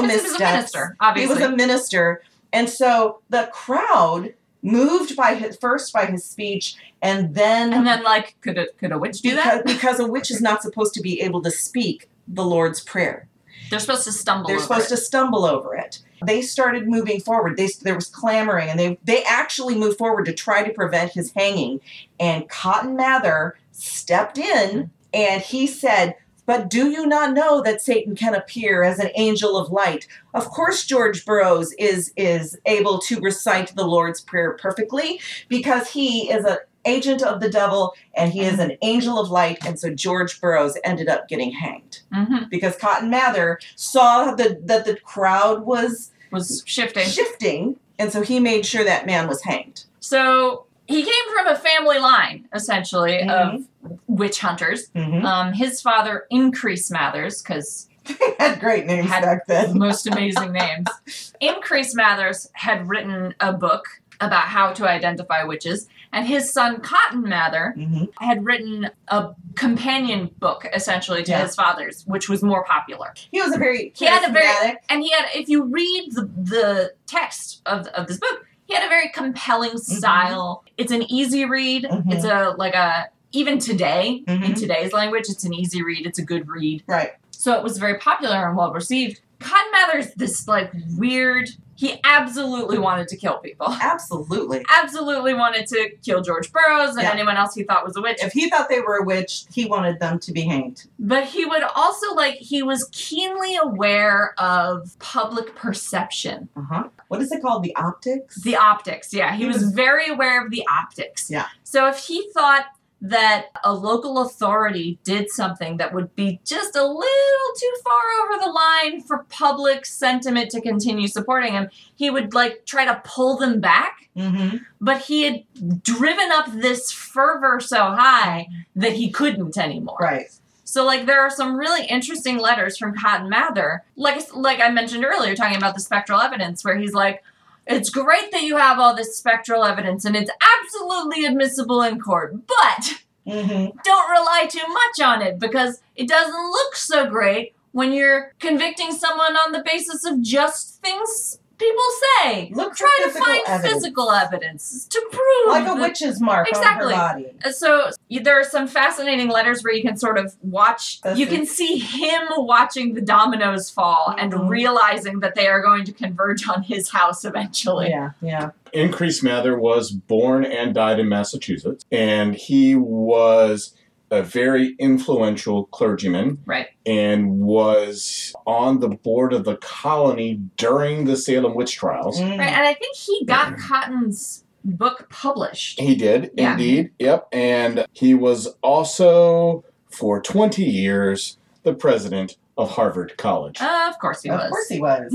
S2: 'Cause he
S4: missteps.
S2: was a minister, obviously.
S4: He was a minister. And so the crowd, moved by his, first by his speech, and then
S2: and then like, could a could a witch do
S4: because,
S2: that?
S4: because a witch is not supposed to be able to speak the Lord's Prayer.
S2: They're supposed to stumble.
S4: They're
S2: over
S4: supposed
S2: it.
S4: to stumble over it. They started moving forward. They, there was clamoring, and they they actually moved forward to try to prevent his hanging. And Cotton Mather stepped
S2: Mm-hmm.
S4: in, and he said. But do you not know that Satan can appear as an angel of light? Of course, George Burroughs is is able to recite the Lord's Prayer perfectly because he is an agent of the devil and he
S2: Mm-hmm.
S4: is an angel of light. And so George Burroughs ended up getting hanged
S2: Mhm.
S4: because Cotton Mather saw the, that the crowd was
S2: Was shifting.
S4: shifting, and so he made sure that man was hanged.
S2: So he came from a family line, essentially, of witch hunters.
S4: Mm-hmm.
S2: Um, his father, Increase Mathers, because
S4: had great names
S2: Had-
S4: back then.
S2: most amazing names. Increase Mathers had written a book about how to identify witches, and his son Cotton Mather
S4: Mm-hmm.
S2: had written a companion book, essentially, to
S4: Yeah.
S2: his father's, which was more popular.
S4: He was a very
S2: He had a very-
S4: charismatic-
S2: And he had, if you read the, the text of, of this book, he had a very compelling style. It's an easy read.
S4: Mhm.
S2: It's a like a even today in
S4: Mhm.
S2: today's language, it's an easy read. It's a good read.
S4: right.
S2: So it was very popular and well received. Cotton Mather's this like weird. He absolutely wanted to kill people.
S4: Absolutely.
S2: Absolutely wanted to kill George Burroughs and
S4: Yeah.
S2: anyone else he thought was a witch.
S4: If he thought they were a witch, he wanted them to be hanged.
S2: But he would also like he was keenly aware of public perception.
S4: Uh huh. What is it called? The optics.
S2: Uh-huh. The optics, yeah. He,
S4: He
S2: was,
S4: was-
S2: very aware of the optics.
S4: Yeah.
S2: So if he thought that a local authority did something that would be just a little too far over the line for public sentiment to continue supporting him, he would like try to pull them back.
S4: mm-hmm.
S2: But he had driven up this fervor so high that he couldn't anymore.
S4: Right.
S2: So like there are some really interesting letters from Cotton Mather, like like I mentioned earlier, talking about the spectral evidence, where he's like, "It's great that you have all this spectral evidence, and it's absolutely admissible in court, but
S4: Mm-hmm.
S2: don't rely too much on it because it doesn't look so great when you're convicting someone on the basis of just things people say.
S4: Look for
S2: Try to
S4: physical
S2: find
S4: evidence.
S2: physical evidence to prove
S4: Like a
S2: that-
S4: witch's mark
S2: Exactly.
S4: on her body.
S2: Uh, so y- there are some fascinating letters where you can sort of watch
S4: That's
S2: you
S4: it.
S2: can see him watching the dominoes fall
S4: Mhm.
S2: and realizing that they are going to converge on his house eventually
S4: Yeah. Yeah.
S3: Increase Mather was born and died in Massachusetts, and he was a very influential clergyman
S2: right
S3: and was on the board of the colony during the Salem witch trials.
S4: Mm.
S2: right and i think he got cotton's book published
S3: He did,
S2: Yeah.
S3: indeed. Yep. And he was also, for 20 years, the president of Harvard College.
S2: Uh, of course he
S4: of
S2: was
S4: course he was.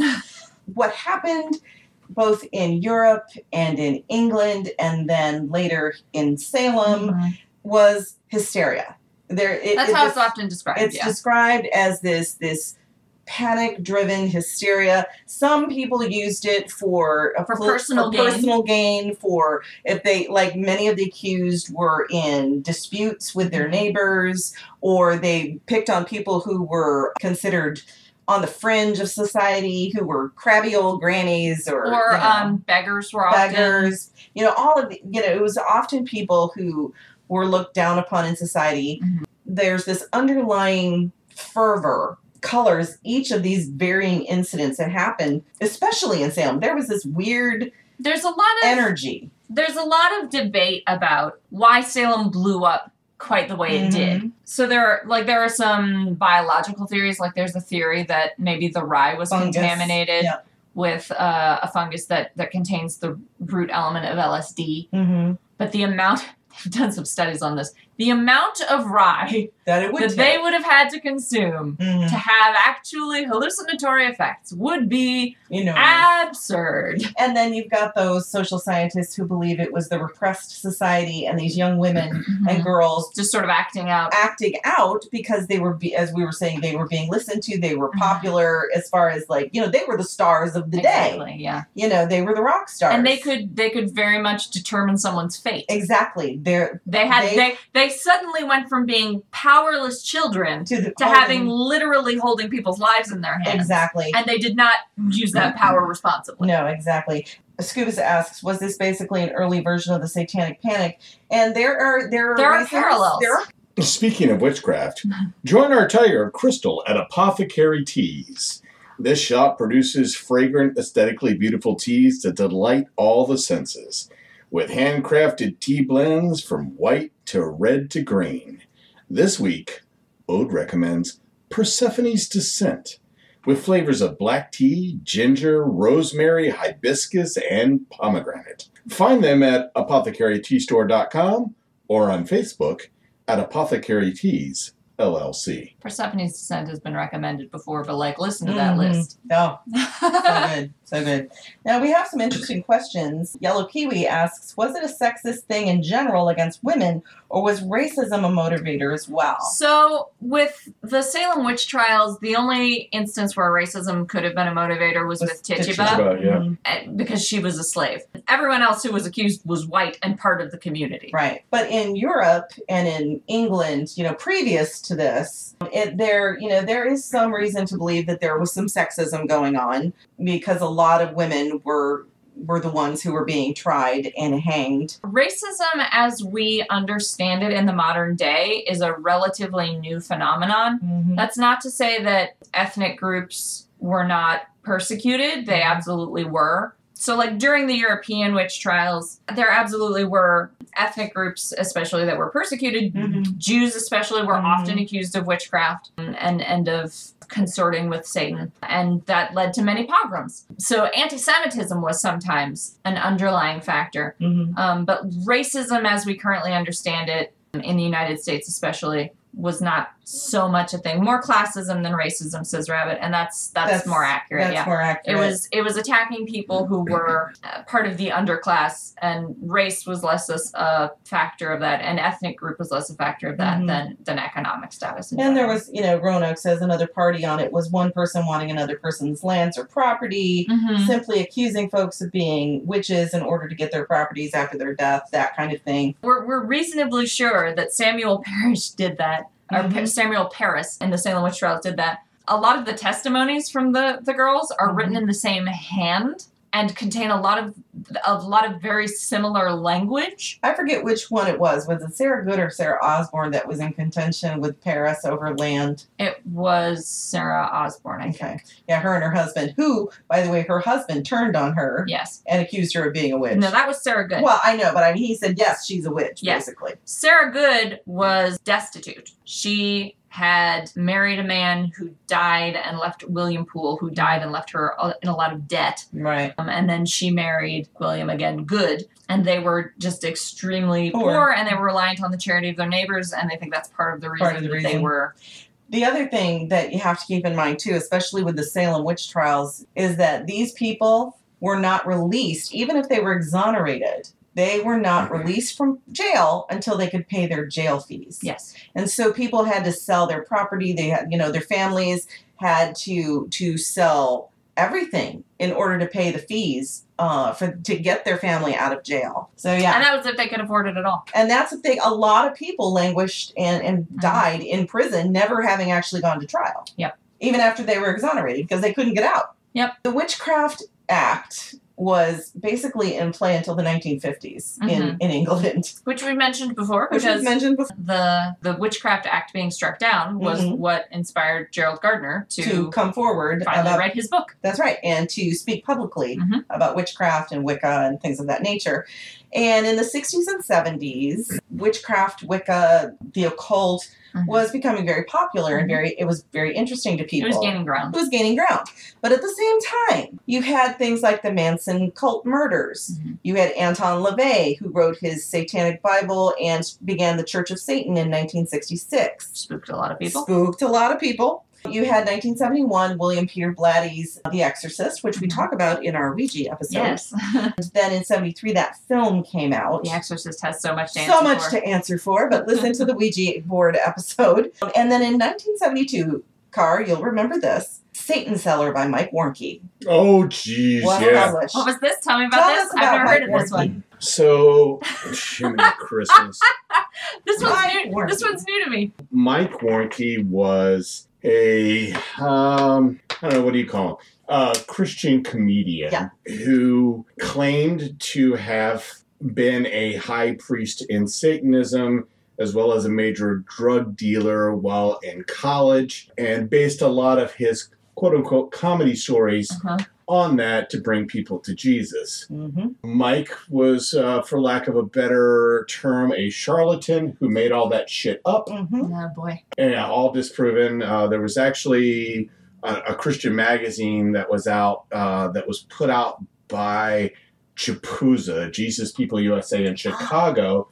S4: what happened both in Europe and in England and then later in Salem
S2: Mhm.
S4: was hysteria. There Um, it-
S2: that's
S4: it
S2: how
S4: was-
S2: it's often described
S4: it's
S2: yeah
S4: described as this this panic driven hysteria. Some people used it for a
S2: For
S4: poli-
S2: personal
S4: for
S2: gain.
S4: personal gain for if they like many of the accused were in disputes with
S2: Mm-hmm.
S4: their neighbors or they picked on people who were considered on the fringe of society who were crabby old grannies or,
S2: or
S4: you know,
S2: um beggars were often
S4: beggars you know all of the, you know it was often people who were looked down upon in society
S2: Mhm.
S4: there's this underlying fervor colors each of these varying incidents that happened especially in salem there was this weird
S2: there's a lot of
S4: energy
S2: there's a lot of debate about why Salem blew up quite the way it
S4: Mm-hmm.
S2: did. So there are like there are some biological theories. Like there's a theory that maybe the rye was
S4: Fungus.
S2: contaminated
S4: Yeah.
S2: with uh, a fungus that that contains the root element of LSD.
S4: mm-hmm.
S2: But the amount they've done some studies on this. The amount of rye
S4: That it would
S2: that they would have had to consume
S4: Mhm.
S2: to have actually hallucinatory effects would be
S4: you know.
S2: Ah. absurd.
S4: And then you've got those social scientists who believe it was the repressed society and these young women
S2: Mm-hmm.
S4: and girls
S2: Just sort of acting out.
S4: acting out because they were, be- as we were saying, they were being listened to. They were
S2: Mhm.
S4: popular as far as like, you know, they were the stars of the day.
S2: Exactly, yeah.
S4: You know, they were the rock stars.
S2: And they could they could very much determine someone's fate.
S4: Exactly. They're
S2: They had
S4: They-
S2: they, they suddenly went from being powerless children
S4: to, the, oh,
S2: to having literally holding people's lives in their hands.
S4: Exactly.
S2: And they did not use that power responsibly.
S4: No, exactly. Scuba asks, was this basically an early version of the Satanic Panic? And there are there are,
S2: There are
S4: reasons-
S2: parallels.
S4: There are
S3: Speaking of witchcraft, join our tiger of crystal at Apothecary Teas. This shop produces fragrant, aesthetically beautiful teas that delight all the senses, with handcrafted tea blends from white to red to green. This week, Ode recommends Persephone's Descent, with flavors of black tea, ginger, rosemary, hibiscus, and pomegranate. Find them at apothecaryteastore.com or on Facebook at Apothecary Teas LLC.
S2: Persephone's descent has been recommended before, but like listen to that
S4: Mhm.
S2: list.
S4: No, so good, so good. Now we have some interesting questions. Yellow Kiwi asks, was it a sexist thing in general against women, or was racism a motivator as well?
S2: So, with the Salem witch trials, the only instance where racism could have been a motivator was,
S4: Was
S2: with
S3: Tituba.
S2: Tituba,
S3: About, yeah.
S4: Mhm.
S2: eh, because she was a slave. Everyone else who was accused was white and part of the community.
S4: Right, but in Europe and in England, you know, previous to this, it, there, you know, there is some reason to believe that there was some sexism going on because a lot of women were were the ones who were being tried and hanged.
S2: Racism, as we understand it in the modern day, is a relatively new phenomenon. That's not to say that ethnic groups were not persecuted, they absolutely were. So, like during the European witch trials, there absolutely were ethnic groups, especially that were persecuted.
S4: Mhm.
S2: Jews, especially, were
S4: Mhm.
S2: often accused of witchcraft and, and, and of consorting with Satan, and that led to many pogroms. So, anti Semitism was sometimes an underlying factor.
S4: Mhm.
S2: Um, but racism, as we currently understand it, um, in the United States especially, was not so much a thing. More classism than racism, says Rabbit, and that's that's, more accurate.
S4: That's
S2: yeah,
S4: more accurate.
S2: it was it was attacking people who were uh, part of the underclass, and race was less a s- a factor of that, and ethnic group was less a factor of that
S4: Mhm.
S2: than than economic status. in
S4: And there
S2: general.
S4: was, you know, Roanoke says another party on it was one person wanting another person's lands or property,
S2: Mhm.
S4: simply accusing folks of being witches in order to get their properties after their death, that kind of thing.
S2: We're, we're reasonably sure that Samuel Parrish did that, or
S4: Mhm.
S2: Samuel Paris in the Salem Witch Trials did that. A lot of the testimonies from the, the girls are written
S4: Mm-hmm.
S2: in the same hand and contain a lot of a lot of very similar language.
S4: I forget which one it was. Was it Sarah Good or Sarah Osborne that was in contention with Paris over land?
S2: It was Sarah Osborne, I
S4: Okay.
S2: think.
S4: Yeah, her and her husband, who, by the way, her husband turned on her
S2: Yes.
S4: and accused her of being a witch.
S2: No, that was Sarah Good.
S4: well, I know, but I mean, he said, yes, she's a witch,
S2: Yes.
S4: basically.
S2: Sarah Good was destitute. She had married a man who died and left William Poole, who died and left her in a lot of debt.
S4: Right.
S2: Um, and then she married William again Good, and they were just extremely
S4: Poor.
S2: poor. and they were reliant on the charity of their neighbors, and I think that's part of the reason
S4: Part of the
S2: that they
S4: reason.
S2: were.
S4: The other thing that you have to keep in mind, too, especially with the Salem witch trials, is that these people were not released, even if they were exonerated. They were not released from jail until they could pay their jail fees.
S2: Yes.
S4: and so people had to sell their property they had you know their families had to to sell everything in order to pay the fees uh, for to get their family out of jail so
S2: And
S4: yeah and,
S2: that was if they could afford it at all.
S4: that's the thing a lot of people languished and and died in prison never having actually gone to trial
S2: Mm-hmm. Yep.
S4: even after they were exonerated because they couldn't get out
S2: Yep.
S4: the witchcraft act was basically in play until the 1950s in, in england
S2: Which we mentioned before,
S4: which
S2: Mm-hmm.
S4: was
S2: because
S4: mentioned before
S2: the the Witchcraft Act being struck down was
S4: Mhm.
S2: what inspired Gerald Gardner to,
S4: to come forward
S2: finally
S4: about
S2: write his book.
S4: That's right, and to speak publicly
S2: Mhm.
S4: about witchcraft and Wicca and things of that nature. And in the 60s and 70s, witchcraft, Wicca, the occult
S2: Mhm.
S4: was becoming very popular and very it was very interesting to
S2: Mm-hmm. It
S4: people.
S2: was gaining ground.
S4: It was gaining ground. But at the same time, you had things like the Manson cult murders.
S2: Mhm.
S4: You had Anton LaVey, who wrote his Satanic Bible and began the Church of Satan in 1966
S2: Spooked a lot of people.
S4: spooked a lot of people. You had 1971 William Peter Blatty's The Exorcist, which we
S2: Mhm.
S4: talk about in our Ouija episode.
S2: Yes.
S4: And then in 73 that film came out.
S2: The Exorcist has so much to
S4: So
S2: answer
S4: much
S2: for.
S4: to answer for, but listen to the Ouija board episode. And then in 1972, Carr, you'll remember this Satan Seller by Mike Warnke
S3: Oh, jeez,
S4: was
S3: yeah.
S4: published.
S2: What was this? Tell me about
S4: Tell
S2: this.
S4: us about
S2: I've never
S4: Mike
S2: heard of this
S4: Ward.
S2: one.
S3: So, Jiminy Christmas.
S2: This one's
S4: Mike
S2: new.
S4: Ward.
S2: This one's new to me.
S3: Mike Warnke was a um, I don't know what do you call him? A Christian comedian
S4: Yeah.
S3: who claimed to have been a high priest in Satanism as well as a major drug dealer while in college and based a lot of his quote unquote comedy stories
S2: Uh-huh.
S3: on that to bring people to Jesus.
S4: Mhm.
S3: Mike was, uh, for lack of a better term, a charlatan who made all that shit up
S4: Mhm.
S2: Oh boy.
S3: yeah, all disproven. Uh, there was actually a, a Christian magazine that was out uh, that was put out by Chapuza, Jesus People USA in Chicago,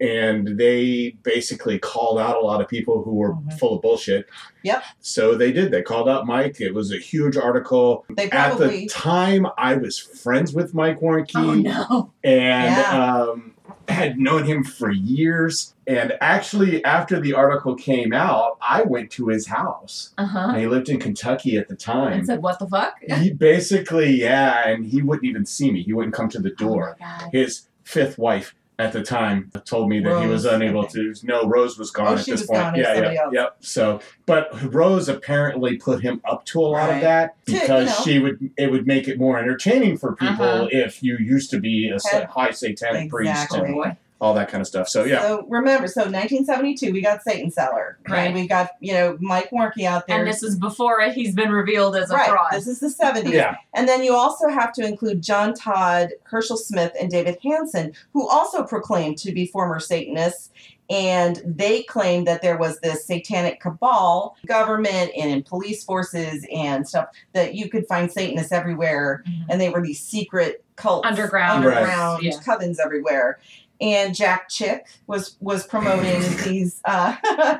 S3: and they basically called out a lot of people who were
S4: Mhm.
S3: full of bullshit.
S4: Yep.
S3: So they did. They called out Mike. It was a huge article.
S4: They
S3: At
S4: probably
S3: the time, I was friends with Mike Warnke
S2: Oh no.
S3: and
S4: Yeah.
S3: um, had known him for years. And actually, after the article came out, I went to his house.
S2: Uh huh.
S3: And he lived in Kentucky at the
S2: And
S3: time.
S2: said, "What the fuck?"
S3: He basically, yeah, and he wouldn't even see me. He wouldn't come to the door.
S2: Oh, my God.
S3: His fifth wife at the time told me that he was
S4: Rose,
S3: unable
S4: okay.
S3: to. No, Rose was gone
S4: Oh,
S3: at
S4: she
S3: this
S4: was
S3: point.
S4: gone, it was
S3: yeah, yeah,
S4: somebody else.
S3: yep. So, but Rose apparently put him up to a lot
S4: Right.
S3: of that
S4: To, you
S3: because
S4: know.
S3: she would. It would make it more entertaining for people
S2: Uh-huh.
S3: if you used to be a sa-
S4: Had-
S3: high satanic priest
S2: Oh
S4: Exactly.
S3: and
S2: boy.
S3: all that kind of stuff. So yeah,
S4: So remember, so 1972, we got Satan Seller.
S2: Right.
S4: And we got, you know, Mike Warnke out there.
S2: And this is before he's been revealed as a
S4: right.
S2: fraud.
S4: This is the 70s.
S3: yeah,
S4: And then you also have to include John Todd, Herschel Smith, and David Hansen, who also proclaimed to be former Satanists. And they claimed that there was this satanic cabal, government and in police forces and stuff, that you could find Satanists everywhere.
S2: Mhm.
S4: And they were these secret cults
S2: Underground.
S3: Right.
S4: underground
S2: Yeah.
S4: covens everywhere. And Jack Chick was was promoting these. Uh,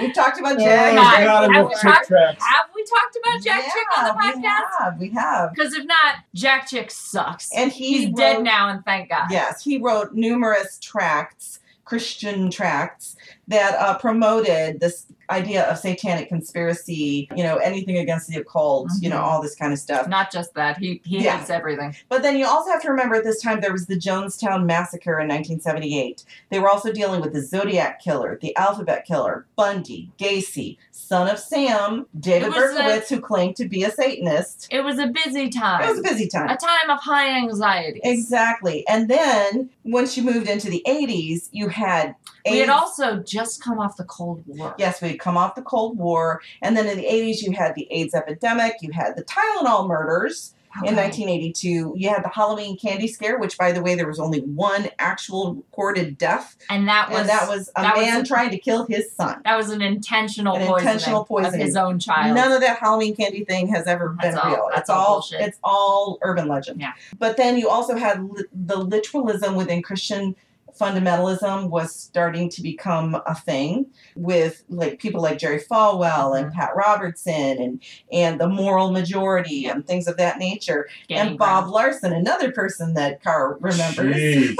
S4: we've talked about Jack.
S2: Oh, God,
S3: I
S2: I
S3: love
S2: was
S3: Tic
S2: talking-
S3: Tacs.
S2: Have we talked about Jack
S4: Yeah,
S2: Chick on the podcast?
S4: We have. We have.
S2: Because if not, Jack Chick sucks.
S4: And he
S2: he's dead
S4: wrote-
S2: now, and thank God.
S4: Yes, he wrote numerous tracts, Christian tracts that uh, promoted this idea of satanic conspiracy. You know, anything against the occult. You know,
S2: Mhm.
S4: all this kind of stuff.
S2: Not just that. He he
S4: Yeah.
S2: hates everything.
S4: But then you also have to remember at this time there was the Jonestown Massacre in 1978. They were also dealing with the Zodiac Killer, the Alphabet Killer, Bundy, Gacy, Son of Sam, David
S2: It was a-
S4: Berkowitz, who claimed to be a Satanist.
S2: It was a busy
S4: It
S2: time.
S4: was a busy
S2: a
S4: time.
S2: time of high anxiety.
S4: Exactly. And then once you moved into the 80s, you had.
S2: We had
S4: AIDS-
S2: also just come off the Cold War.
S4: Yes, we had come off the Cold War. And then in the 80s, you had the AIDS epidemic. You had the Tylenol murders. in 1982. You had the Halloween candy scare, which, by the way, there was only one actual recorded death,
S2: and that was
S4: and that was a
S2: that was
S4: man
S2: a-
S4: trying to kill his son.
S2: that was an intentional,
S4: An
S2: poisoning
S4: intentional
S2: of
S4: poisoning.
S2: his own child.
S4: None of that Halloween candy thing has ever
S2: That's
S4: been
S2: all-
S4: real.
S2: that's
S4: it's
S2: all
S4: all
S2: bullshit.
S4: it's all urban legend.
S2: Yeah.
S4: But then you also had li- the literalism within Christian fundamentalism was starting to become a thing with like people like Jerry Falwell
S2: Mm-hmm.
S4: and Pat Robertson and and the moral majority and things of that nature.
S2: Getting
S4: and Bob
S2: grounded.
S4: Larson, another person that Carr remembers.
S3: Jeez.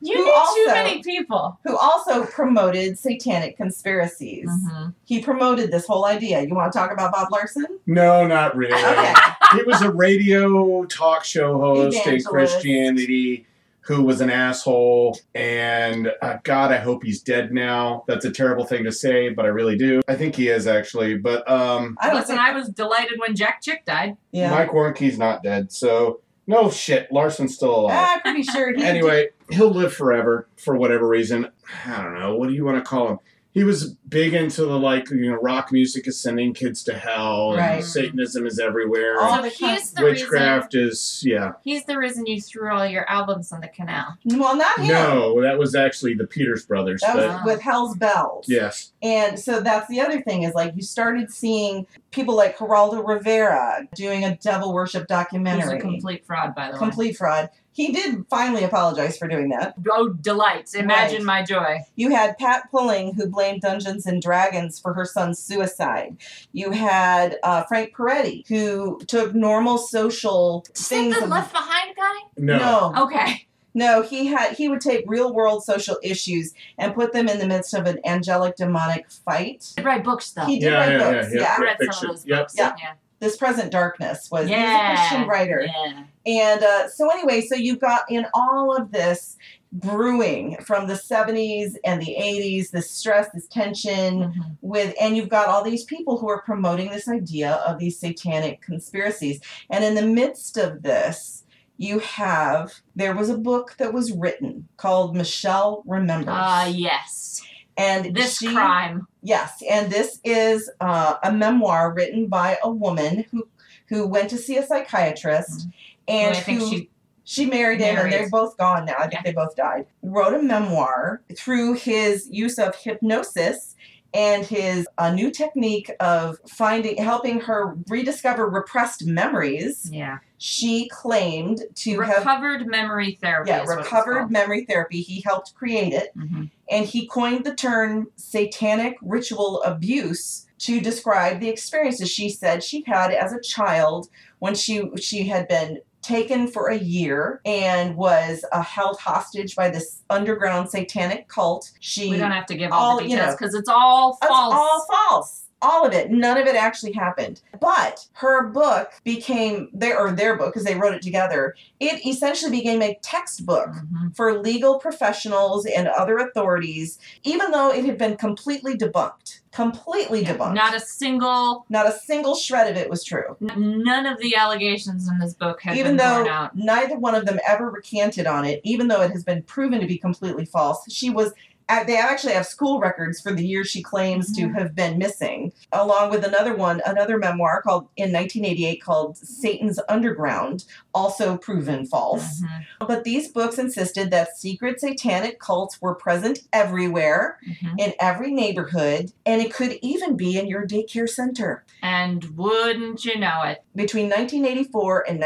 S2: you knew
S4: who
S2: too
S4: also-
S2: many people.
S4: who also promoted satanic conspiracies.
S2: Mhm.
S4: He promoted this whole idea. You want to talk about Bob Larson?
S3: No, not really.
S4: Okay.
S3: he was a radio talk show host in
S4: Evangelist.
S3: Christianity who was an asshole. And uh, God, I hope he's dead now. That's a terrible thing to say, but I really do. I think he is actually. But um,
S4: I don't
S2: Listen,
S4: think.
S2: I was delighted when Jack Chick died.
S4: yeah.
S3: Mike Warnke's not dead. So, no shit. Larson's still alive.
S4: I'm pretty sure Ah, he
S3: anyway, he'll live forever for whatever reason. I don't know. What do you want to call him? he was big into the like you know rock music is sending kids to hell and
S4: Right.
S3: Satanism is everywhere.
S4: All
S3: and
S4: Oh,
S2: so
S4: the
S2: he's the
S3: Witchcraft is yeah.
S2: reason. He's the reason you threw all your albums in the canal.
S4: Well, not him.
S3: No, that was actually the Peters brothers.
S4: Oh, That
S3: but
S4: was with Hell's Bells.
S3: yes,
S4: And so that's the other thing is like you started seeing people like Geraldo Rivera doing a devil worship
S2: He's
S4: documentary.
S2: a complete fraud, by the
S4: Complete fraud. He did finally apologize for doing that.
S2: way. Oh, delights! Imagine
S4: Right.
S2: my joy.
S4: You had Pat Pulling, who blamed Dungeons and Dragons for her son's suicide. You had uh, Frank Peretti, who took normal social
S2: Is that
S4: things.
S2: the
S4: and-
S2: Left Behind guy?
S3: no,
S4: no,
S2: Okay.
S4: No, he had he would take real world social issues and put them in the midst of an angelic demonic fight.
S2: He did write books though.
S4: He did
S3: yeah,
S4: write
S3: yeah,
S4: books,
S3: yeah,
S4: yeah.
S2: I read some
S3: fiction.
S2: of those
S3: Yep.
S2: books.
S4: Yeah.
S2: yeah.
S4: This present darkness was he was
S2: Yeah.
S4: a Christian writer.
S2: Yeah.
S4: And uh, so anyway, so you've got in all of this brewing from the 70s and the 80s, this stress, this tension,
S2: Mhm.
S4: with and you've got all these people who are promoting this idea of these satanic conspiracies and in the midst of this you have there was a book that was written called michelle remembers
S2: Ah, yes.
S4: and
S2: This
S4: she-
S2: crime.
S4: yes and this is uh, a memoir written by a woman who who went to see a psychiatrist
S2: And
S4: and
S2: Mm-hmm. I think
S4: who
S2: she
S4: she married him, and
S2: Married.
S4: they're both gone now. I think
S2: Yeah.
S4: they both died. Wrote a memoir through his use of hypnosis and his a new technique of finding, helping her rediscover repressed memories.
S2: yeah
S4: She claimed to have
S2: recovered memory therapy.
S4: yeah
S2: is what it's
S4: recovered
S2: called.
S4: memory therapy. He helped create it,
S2: Mhm.
S4: and he coined the term satanic ritual abuse to describe the experiences she said she had as a child when she she had been taken for a year and was uh, held hostage by this underground satanic cult she
S2: We don't have to give all,
S4: all,
S2: the
S4: you
S2: details
S4: know,
S2: because it's all
S4: that's
S2: false.
S4: all false. All of it. None of it actually happened. But her book became their or their book because they wrote it together. It essentially became a textbook
S2: Mhm.
S4: for legal professionals and other authorities, even though it had been completely debunked. Completely debunked.
S2: Not a single,
S4: Not a single shred of it was true.
S2: n- none of the allegations in this book have
S4: Even
S2: been borne
S4: though
S2: out.
S4: neither one of them ever recanted on it, even though it has been proven to be completely false, she was. uh, They actually have school records for the year she claims
S2: Mhm.
S4: to have been missing, along with another one, another memoir called in 1988 called Satan's Underground, also proven false.
S2: Mhm.
S4: But these books insisted that secret satanic cults were present everywhere,
S2: Mhm.
S4: in every neighborhood, and it could even be in your daycare center.
S2: And wouldn't you know it?
S4: Between 1984 and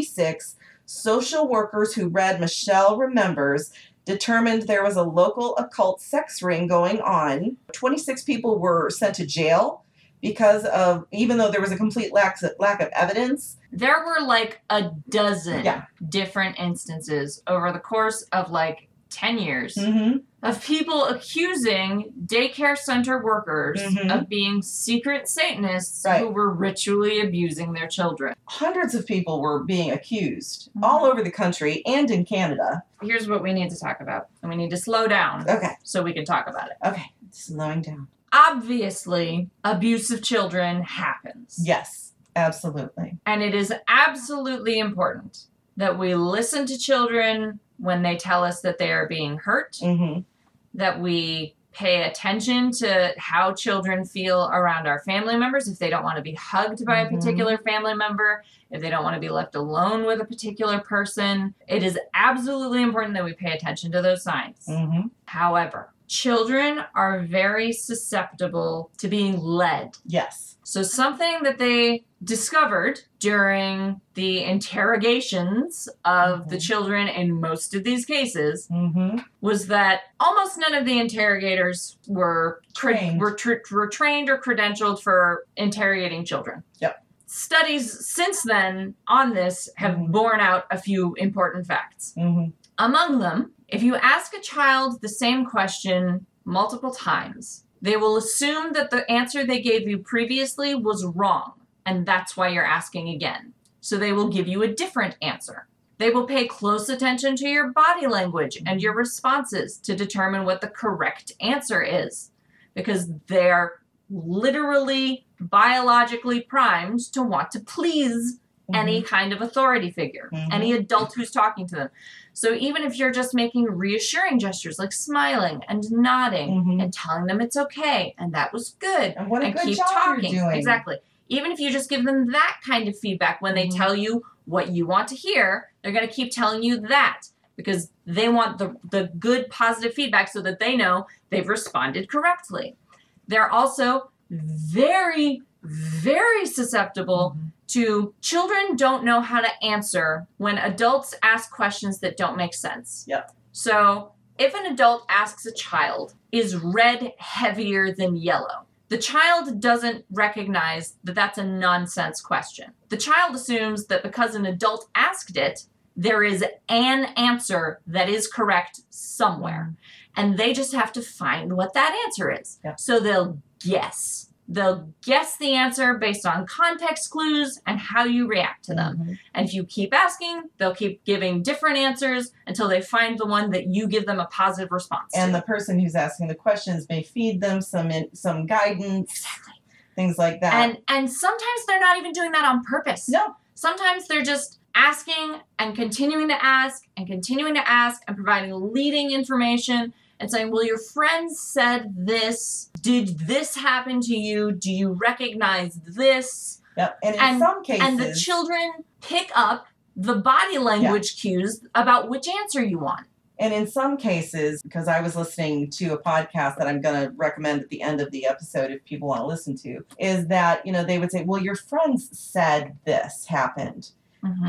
S4: 1986, social workers who read Michelle Remembers determined there was a local occult sex ring going on. 26 people were sent to jail because of, even though there was a complete lack, lack of evidence.
S2: There were like a dozen
S4: Yeah.
S2: different instances over the course of like 10 years
S4: Mm-hmm.
S2: of people accusing daycare center workers
S4: Mhm.
S2: of being secret Satanists who
S4: Right.
S2: were ritually abusing their children.
S4: Hundreds of people were being accused all over the country and in Canada.
S2: Here's what we need to talk about, and we need to slow down
S4: Okay,
S2: so we can talk about it.
S4: okay, slowing down.
S2: Obviously, abuse of children happens.
S4: Yes, absolutely.
S2: And it is absolutely important that we listen to children when they tell us that they are being hurt,
S4: hmm
S2: that we pay attention to how children feel around our family members if they don't want to be hugged by a
S4: Mhm.
S2: particular family member, if they don't want to be left alone with a particular person. It is absolutely important that we pay attention to those signs.
S4: hmm
S2: However, children are very susceptible to being led
S4: Yes.
S2: so, something that they discovered during the interrogations of the
S4: Mhm.
S2: children in most of these cases
S4: hmm
S2: was that almost none of the interrogators were cre-
S4: Trained.
S2: were, tr- were trained or credentialed for interrogating children.
S4: Yep.
S2: Studies since then on this have
S4: Mhm.
S2: borne out a few important facts.
S4: hmm
S2: Among them, if you ask a child the same question multiple times, they will assume that the answer they gave you previously was wrong, and that's why you're asking again. So they will give you a different answer. They will pay close attention to your body language and your responses to determine what the correct answer is, because they're literally biologically primed to want to please any
S4: Mm-hmm.
S2: kind of authority figure,
S4: Mhm.
S2: any adult who's talking to them. So even if you're just making reassuring gestures like smiling and nodding
S4: Mhm.
S2: and telling them it's okay and that was good
S4: And what a
S2: and
S4: good
S2: keep
S4: job
S2: talking.
S4: you're doing.
S2: Exactly. Even if you just give them that kind of feedback when they
S4: Mhm.
S2: tell you what you want to hear, they're going to keep telling you that because they want the, the good positive feedback so that they know they've responded correctly. They're also very, very susceptible
S4: Mm-hmm,
S2: to children don't know how to answer when adults ask questions that don't make sense.
S4: Yep.
S2: So if an adult asks a child, is red heavier than yellow? The child doesn't recognize that that's a nonsense question. The child assumes that because an adult asked it, there is an answer that is correct somewhere. And they just have to find what that answer is.
S4: Yep.
S2: So they'll guess. They'll guess the answer based on context clues and how you react to them.
S4: Mhm.
S2: And if you keep asking, they'll keep giving different answers until they find the one that you give them a positive response
S4: And
S2: to.
S4: the person who's asking the questions may feed them some in, some guidance,
S2: exactly.
S4: things like that.
S2: And and sometimes they're not even doing that on purpose.
S4: no,
S2: Sometimes they're just asking and continuing to ask and continuing to ask and providing leading information and saying, Well, your friend said this. Did this happen to you? Do you recognize this?
S4: yep. And in
S2: And-
S4: some cases,
S2: And the children pick up the body language cues about which answer you want.
S4: And in some cases, because I was listening to a podcast that I'm going to recommend at the end of the episode if people want to listen to, is that, you know, they would say, well, your friends said this happened.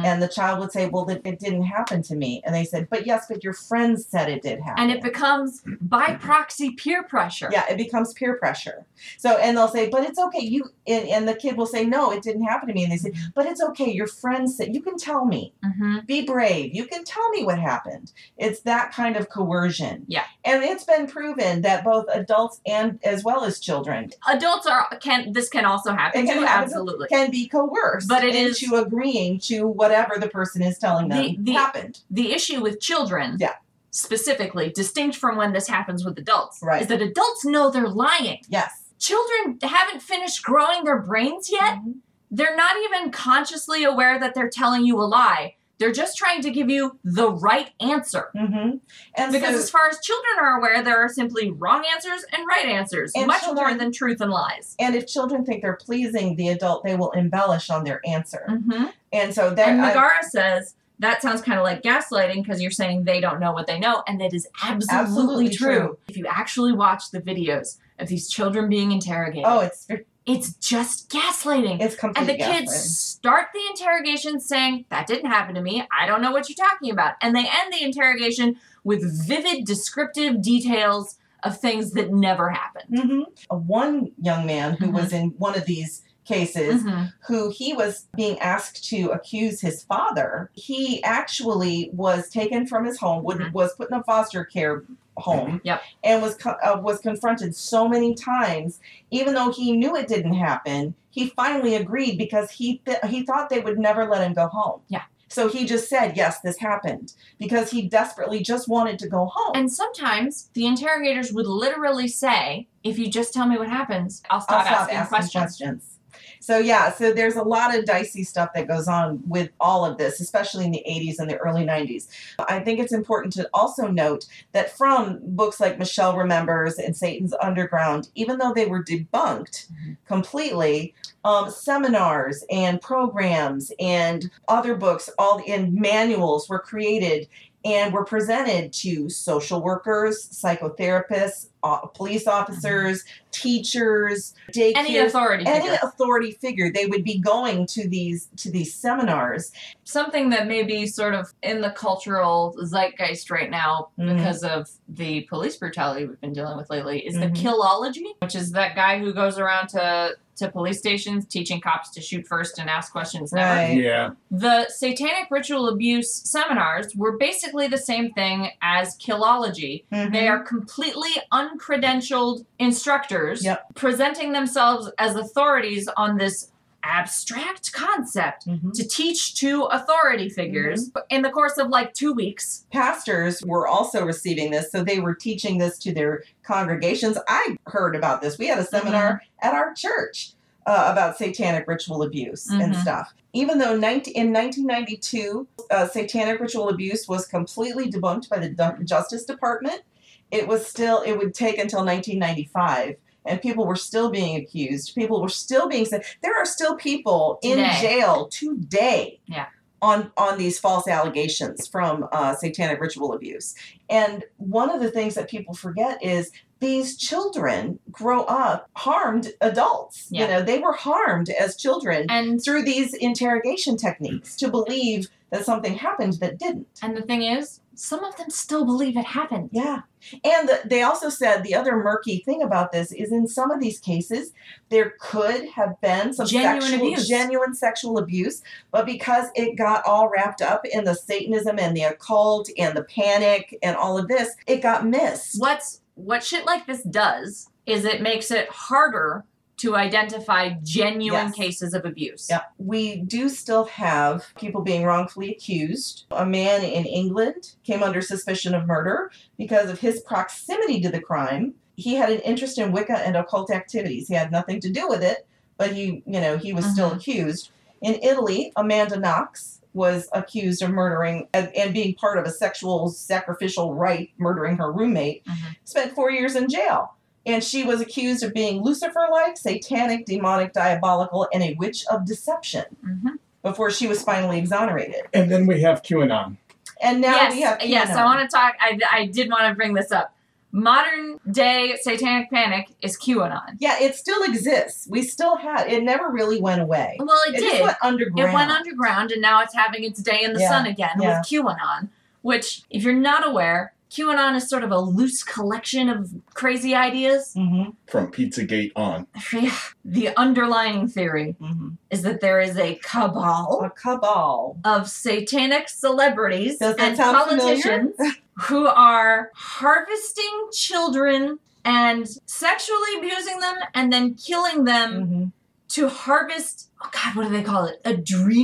S4: And the child would say, well, that it didn't happen to me. And they said, but yes, but your friends said it did happen.
S2: And it becomes by proxy peer pressure.
S4: yeah, it becomes peer pressure. So, and they'll say, but it's okay. You, and, and the kid will say, no, it didn't happen to me. And they say,
S2: Mm-hmm.
S4: but it's okay. Your friends said, you can tell me.
S2: hmm
S4: be brave. You can tell me what happened. It's that kind of coercion.
S2: Yeah.
S4: And it's been proven that both adults and as well as children
S2: Adults are can this can also happen
S4: It can
S2: too,
S4: happen.
S2: absolutely.
S4: can be coerced
S2: But it is-
S4: into agreeing to whatever the person is telling them
S2: The- the-
S4: happened.
S2: the issue with children
S4: Yeah.
S2: specifically distinct from when this happens with adults
S4: Right.
S2: is that adults know they're lying
S4: Yes.
S2: children haven't finished growing their brains yet
S4: Mhm.
S2: they're not even consciously aware that they're telling you a lie they're just trying to give you the right answer
S4: Mhm. And
S2: because
S4: so,
S2: as far as children are aware there are simply wrong answers and right answers
S4: And
S2: much
S4: children-
S2: more than truth and lies
S4: and if children think they're pleasing the adult, they will embellish on their answer.
S2: mm-hmm.
S4: And so that
S2: and
S4: I-
S2: nagara says that sounds kind of like gaslighting because you're saying they don't know what they know and that is absolutely,
S4: Absolutely
S2: true.
S4: true.
S2: if you actually watch the videos of these children being interrogated
S4: oh, it's
S2: it's just gaslighting
S4: it's complete
S2: and the kids
S4: gaslighting.
S2: start the interrogation saying that didn't happen to me i don't know what you're talking about and they end the interrogation with vivid descriptive details of things that never happened
S4: Mhm. Uh, One young man who
S2: Mhm.
S4: was in one of these cases
S2: Mhm.
S4: who he was being asked to accuse his father, he actually was taken from his home, would,
S2: Mhm.
S4: was put in a foster care home,
S2: Mm-hmm. Yep.
S4: and was co- uh, was confronted so many times. Even though he knew it didn't happen, he finally agreed because he th- he thought they would never let him go home.
S2: Yeah.
S4: So he just said, "Yes, this happened," because he desperately just wanted to go home.
S2: and sometimes the interrogators would literally say if you just tell me what happens i'll
S4: I'll
S2: stop, asking, questions
S4: So yeah, so there's a lot of dicey stuff that goes on with all of this, especially in the 80s and the early 90s. I think it's important to also note that from books like Michelle Remembers and Satan's Underground, even though they were debunked
S2: Mm-hmm.
S4: completely, um, seminars and programs and other books, all in manuals were created and were presented to social workers, psychotherapists, uh, police officers, teachers, daycare
S2: any authority
S4: any
S2: figure.
S4: authority figure they would be going to these to these seminars
S2: something that may be sort of in the cultural zeitgeist right now
S4: Mhm.
S2: because of the police brutality we've been dealing with lately is
S4: Mhm.
S2: the killology, which is that guy who goes around to to police stations teaching cops to shoot first and ask questions never.
S4: Right.
S3: Yeah.
S2: The satanic ritual abuse seminars were basically the same thing as killology.
S4: Mm-hmm.
S2: They are completely uncredentialed instructors
S4: Yep.
S2: presenting themselves as authorities on this abstract concept
S4: Mhm.
S2: to teach to authority figures
S4: Mm-hmm.
S2: in the course of like two weeks.
S4: pastors were also receiving this so they were
S2: Mm-hmm.
S4: teaching this to their congregations i heard about this we had a seminar at our church uh, about satanic ritual abuse and
S2: Mhm.
S4: stuff. Even though 19, in 1992, uh, satanic ritual abuse was completely debunked by the Du- Justice Department, it was still, it would take until 1995. And people were still being accused. People were still being said. There are still people
S2: Today.
S4: in jail today
S2: Yeah.
S4: on on these false allegations from uh, satanic ritual abuse. And one of the things that people forget is these children grow up harmed adults.
S2: Yeah.
S4: You know, they were harmed as children
S2: And
S4: through these interrogation techniques to believe that something happened that didn't.
S2: and the thing is, some of them still believe it happened.
S4: Yeah. And the, they also said the other murky thing about this is in some of these cases, there could have been some
S2: Genuine
S4: sexual,
S2: abuse.
S4: genuine sexual abuse, but because it got all wrapped up in the Satanism and the occult and the panic and all of this, it got missed.
S2: What's what shit like this does is it makes it harder to identify genuine
S4: Yes.
S2: cases of abuse.
S4: Yeah. We do still have people being wrongfully accused. A man in England came under suspicion of murder because of his proximity to the crime. He had an interest in Wicca and occult activities. He had nothing to do with it, but he, you know, he was still
S2: Mhm.
S4: accused. In Italy, Amanda Knox was accused of murdering and, and being part of a sexual sacrificial rite, murdering her roommate.
S2: Mhm.
S4: Spent four years in jail. And she was accused of being Lucifer like, satanic, demonic, diabolical, and a witch of deception
S2: hmm
S4: before she was finally exonerated.
S5: And then we have QAnon.
S4: And now
S2: yes,
S4: we have
S2: yes, I
S4: QAnon.
S2: want to talk. I, I did want to bring this up. Modern day satanic panic is QAnon.
S4: Yeah, it still exists. We still have it. Never really went away.
S2: Well, Oh, it,
S4: It
S2: did.
S4: just went underground.
S2: It went underground and now it's having its day in the
S4: Yeah,
S2: sun again
S4: yeah.
S2: with QAnon, which, if you're not aware, QAnon is sort of a loose collection of crazy ideas.
S4: Mhm,
S3: From Pizzagate on.
S2: the underlying theory
S4: mhm.
S2: is that there is a cabal
S4: A cabal.
S2: of satanic celebrities
S4: Does that
S2: and
S4: sound
S2: politicians who are harvesting children and sexually abusing them and then killing them
S4: Mhm.
S2: to harvest oh god what do they call it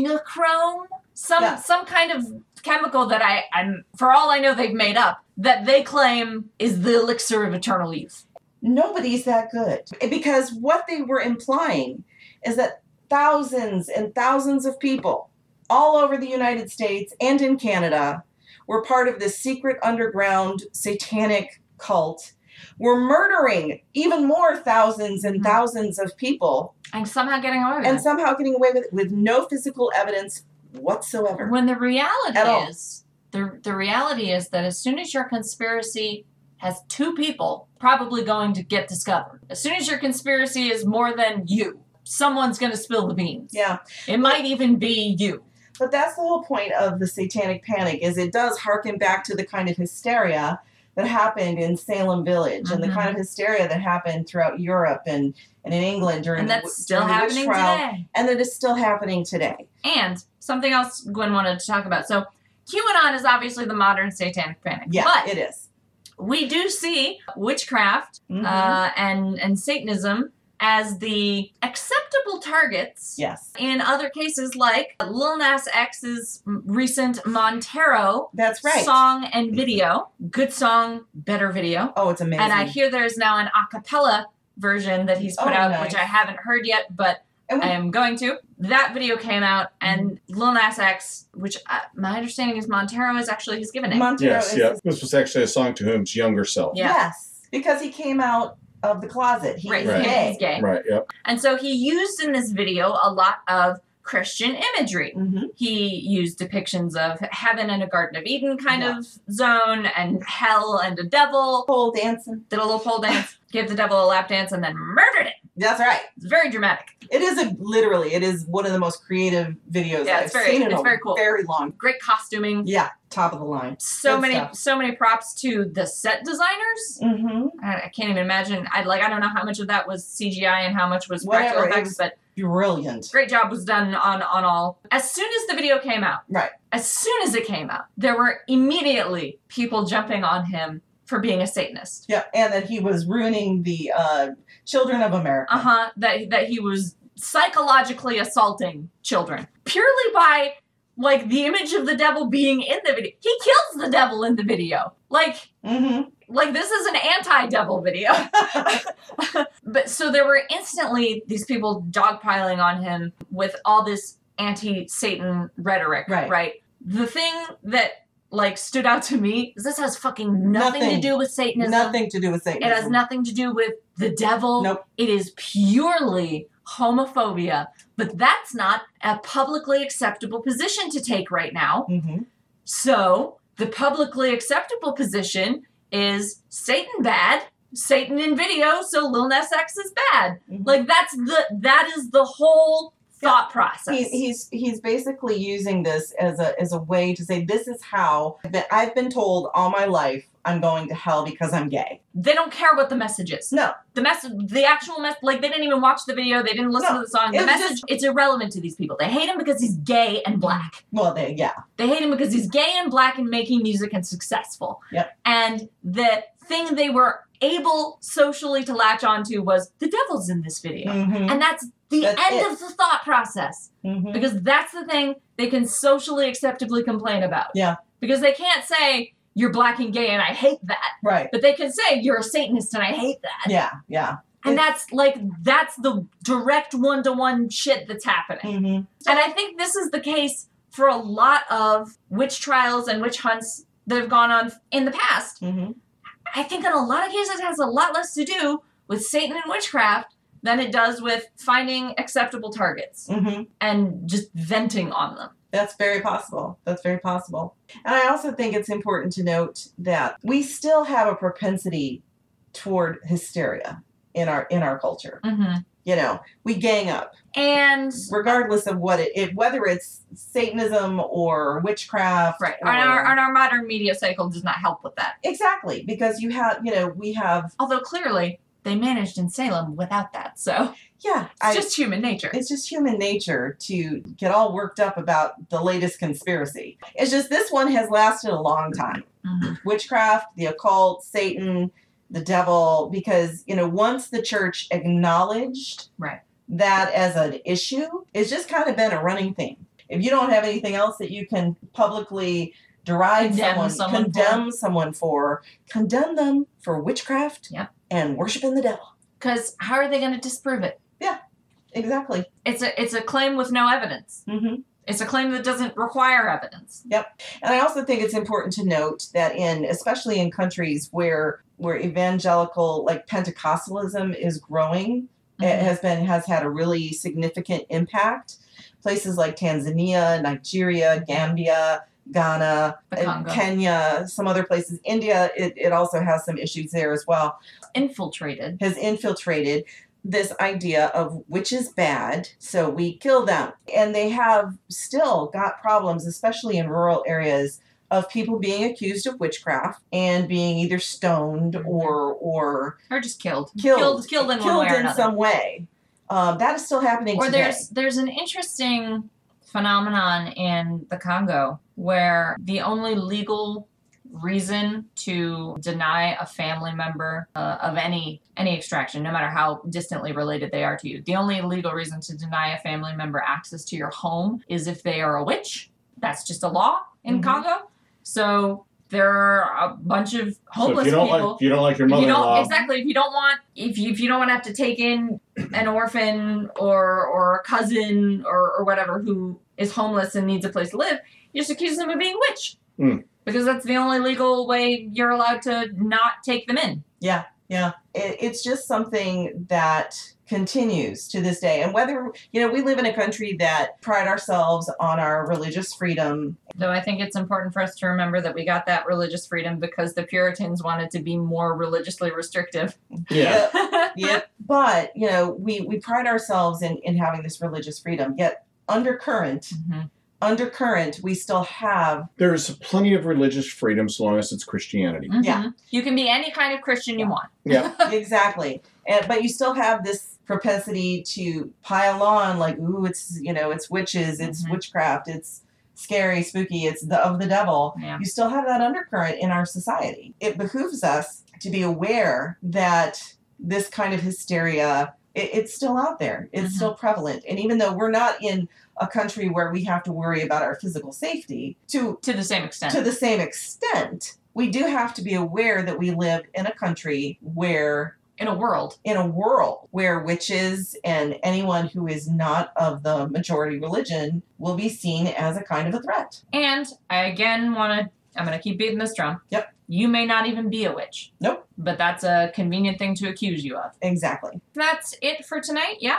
S2: adrenochrome some
S4: Yeah.
S2: some kind of chemical that i i'm for all i know they've made up that they claim is the elixir of eternal youth
S4: Nobody's that good because what they were implying is that thousands and thousands of people all over the United States and in Canada were part of this secret underground satanic cult. Were murdering even more thousands and
S2: Mhm.
S4: thousands of people
S2: i'm somehow getting away with
S4: and
S2: it
S4: somehow getting away with it with no physical evidence whatsoever.
S2: when the reality
S4: At all.
S2: is the, the reality is that as soon as your conspiracy has two people probably going to get discovered as soon as your conspiracy is more than you someone's going to spill the beans
S4: Yeah,
S2: it might even be you
S4: but that's the whole point of the satanic panic is it does harken back to the kind of hysteria that happened in Salem Village and
S2: Mhm.
S4: the kind of hysteria that happened throughout Europe and, and in England during
S2: and
S4: the
S2: that's
S4: w-
S2: still
S4: during the witch
S2: happening
S4: trial,
S2: today
S4: and that is still happening today.
S2: And something else Gwen wanted to talk about. So QAnon is obviously the modern satanic panic.
S4: Yeah,
S2: But
S4: it is.
S2: we do see witchcraft
S4: Mhm.
S2: uh, and and Satanism as the acceptable targets
S4: yes,
S2: in other cases like Lil Nas X's recent Montero
S4: that's right. Mm-hmm.
S2: song and video. Good song, better video.
S4: oh, it's amazing.
S2: And I hear there's now an a cappella version that he's put
S4: Oh,
S2: out,
S4: nice.
S2: which I haven't heard yet, but
S4: And we-
S2: I am going to. That video came out, and
S4: Mm-hmm.
S2: Lil Nas X, which uh, my understanding is Montero is actually his given name.
S4: Montero
S3: Yes,
S4: is
S3: yeah. This was actually a song to him's younger self.
S2: Yeah.
S4: yes, because he came out of the closet. He
S2: right,
S4: is
S3: Right.
S4: gay.
S2: he's gay.
S3: Right, yep.
S2: And so he used in this video a lot of Christian imagery.
S4: Mhm.
S2: He used depictions of heaven and a Garden of Eden kind
S4: Yeah.
S2: of zone, and hell and a devil.
S4: Pole dancing.
S2: Did a little pole dance, gave the devil a lap dance, and then murdered it.
S4: That's right.
S2: It's very dramatic.
S4: It is a literally. It is one of the most creative videos
S2: Yeah,
S4: I've
S2: it's very-
S4: seen in
S2: it's
S4: a
S2: very cool.
S4: very long.
S2: Great costuming.
S4: Yeah, top of the line.
S2: So
S4: Good
S2: many,
S4: stuff.
S2: so many props to the set designers.
S4: Mm-hmm.
S2: I, I can't even imagine. I like. I don't know how much of that was CGI and how much was
S4: Whatever,
S2: practical
S4: it
S2: effects,
S4: was-
S2: but
S4: Brilliant.
S2: great job was done on on all. As soon as the video came out,
S4: Right.
S2: As soon as it came out, there were immediately people jumping on him for being a Satanist.
S4: Yeah, and that he was ruining the uh, children of America.
S2: Uh huh. That that he was psychologically assaulting children purely by like the image of the devil being in the video. He kills the devil in the video. Like
S4: Mm-hmm.
S2: like this is an anti-devil video. but so there were instantly these people dogpiling on him with all this anti-Satan rhetoric,
S4: Right.
S2: The thing that like stood out to me is this has fucking nothing,
S4: Nothing.
S2: to do with Satanism.
S4: Nothing to do with Satan.
S2: It has nothing to do with the devil.
S4: Nope.
S2: It is purely homophobia, but that's not a publicly acceptable position to take right now.
S4: hmm
S2: So the publicly acceptable position is Satan bad, Satan in video, so Lil Nas X is bad.
S4: Mhm.
S2: Like that's the that is the whole thought process.
S4: He's, he's he's basically using this as a as a way to say this is how that I've been told all my life I'm going to hell because I'm gay.
S2: they don't care what the message is.
S4: No.
S2: The message the actual mess like they didn't even watch the video, they didn't listen
S4: No,
S2: to the song.
S4: it
S2: The
S4: was
S2: message
S4: just-
S2: it's irrelevant to these people. They hate him because he's gay and black.
S4: Well, they yeah.
S2: They hate him because he's gay and black and making music and successful.
S4: Yep.
S2: And the thing they were able socially to latch onto was the devil's in this video.
S4: Mhm.
S2: And that's the
S4: That's
S2: end
S4: it.
S2: of the thought process
S4: Mhm.
S2: because that's the thing they can socially acceptably complain about.
S4: Yeah.
S2: Because they can't say you're black and gay and I hate that,
S4: Right.
S2: but they can say you're a Satanist and I hate that.
S4: Yeah. Yeah.
S2: And that's like that's the direct one to one shit that's happening.
S4: hmm
S2: And I think this is the case for a lot of witch trials and witch hunts that have gone on in the past.
S4: hmm
S2: I think in a lot of cases it has a lot less to do with Satan and witchcraft than it does with finding acceptable targets
S4: hmm
S2: and just venting on them.
S4: That's very possible. That's very possible. And I also think it's important to note that we still have a propensity toward hysteria in our in our culture.
S2: Mm-hmm.
S4: You know, we gang up.
S2: And
S4: regardless of what it, it whether it's Satanism or witchcraft.
S2: right,
S4: or-
S2: and our, and our modern media cycle does not help with that.
S4: exactly, because you have, you know, we have,
S2: Although clearly they managed in Salem without that, so
S4: yeah,
S2: it's just human nature.
S4: it's just human nature to get all worked up about the latest conspiracy. It's just this one has lasted a long time.
S2: Mhm.
S4: Witchcraft, the occult, Satan, the devil, because you know, once the church acknowledged
S2: Right.
S4: that as an issue, it's just kind of been a running thing. If you don't have anything else that you can publicly deride
S2: Condemn
S4: someone,
S2: someone for.
S4: condemn someone for, condemn them for witchcraft
S2: Yeah.
S4: and worshiping the devil.
S2: Because how are they going to disprove it?
S4: Exactly.
S2: It's a it's a claim with no evidence.
S4: Mm-hmm.
S2: It's a claim that doesn't require evidence.
S4: And I also think it's important to note that in especially in countries where where evangelical like Pentecostalism is growing, it
S2: Mm-hmm.
S4: has been has had a really significant impact. Places like Tanzania, Nigeria, Gambia, Ghana,
S2: The
S4: and
S2: Congo.
S4: Kenya, some other places. India, it, it also has some issues there as well,
S2: Infiltrated.
S4: has infiltrated this idea of which is bad, so we kill them. And they have still got problems, especially in rural areas, of people being accused of witchcraft and being either stoned or or
S2: Or just killed.
S4: killed,
S2: Killed- killed in Mm-hmm. one way or
S4: in
S2: another.
S4: some way. Um, that is still happening
S2: Or
S4: today.
S2: there's there's an interesting phenomenon in the Congo where the only legal reason to deny a family member uh, of any any extraction no matter how distantly related they are to you the only legal reason to deny a family member access to your home is if they are a witch that's just a law in
S4: Mhm.
S2: congo so there are a bunch of
S3: So if
S2: homeless
S3: you don't
S2: people
S3: like if you don't like your
S2: if you
S3: mother-in-law,
S2: don't exactly if you don't want if you, if you don't want to have to take in an orphan or or a cousin or, or whatever who is homeless and needs a place to live you just accuse them of being a witch
S3: Hmm.
S2: because that's the only legal way you're allowed to not take them in
S4: It- it's just something that continues to this day. And whether you know, we live in a country that pride ourselves on our religious freedom.
S2: though i think it's important for us to remember that we got that religious freedom because the puritans wanted to be more religiously restrictive Mm-hmm.
S3: yeah,
S4: Yep. But you know, we we pride ourselves in in having this religious freedom. Yet undercurrent,
S2: Mhm.
S4: undercurrent, we still have
S3: there's plenty of religious freedom so long as it's Christianity.
S4: Yeah.
S2: Mhm. you can be any kind of christian you want
S3: Yeah.
S4: exactly. And, but you still have this propensity to pile on, like, ooh, it's you know, it's witches, it's
S2: Mhm.
S4: witchcraft, it's scary, spooky, it's the of the devil.
S2: Yeah.
S4: You still have that undercurrent in our society. It behooves us to be aware that this kind of hysteria. It, it's still out there. It's
S2: Mhm.
S4: still prevalent. And even though we're not in a country where we have to worry about our physical safety, to
S2: to the same extent
S4: to the same extent, we do have to be aware that we live in a country where,
S2: in a world.
S4: in a world where witches and anyone who is not of the majority religion will be seen as a kind of a threat.
S2: And I again want to, I'm going to keep beating this drum.
S4: Yep.
S2: You may not even be a witch.
S4: Nope.
S2: But that's a convenient thing to accuse you of.
S4: Exactly.
S2: That's it for tonight. Yeah.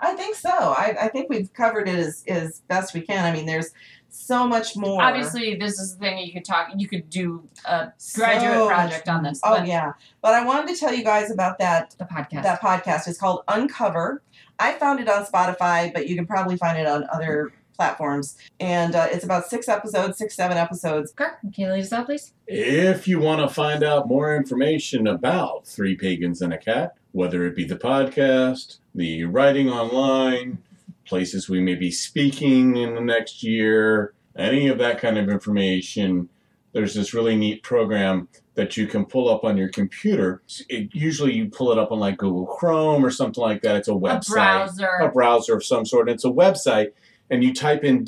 S4: I think so. I, I think we've covered it as, as best we can. I mean, there's so much more.
S2: Obviously, this is the thing you could talk, you could do uh,
S4: So
S2: graduate
S4: much-
S2: project on this.
S4: Oh
S2: but
S4: yeah, but I wanted to tell you guys about that
S2: The podcast.
S4: that podcast. It's called Uncover. I found it on Spotify, but you can probably find it on other platforms. And uh, it's about six episodes, six seven episodes.
S2: Kirk, can you lead us out, please?
S3: If you want to find out more information about Three Pagans and a Cat, whether it be the podcast, the writing online, places we may be speaking in the next year, any of that kind of information, there's this really neat program that you can pull up on your computer. It, usually you pull it up on like Google Chrome or something like that. It's a website
S2: A browser.
S3: a browser of some sort. It's a website, and you type in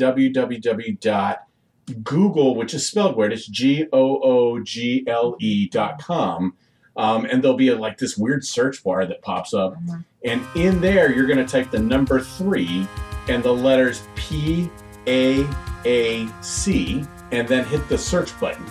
S3: www.google, which is spelled weird. It's G O O G L E dot com. Um, and there'll be a, like this weird search bar that pops up. And in there, you're going to type the number three and the letters P A A C, and then hit the search button.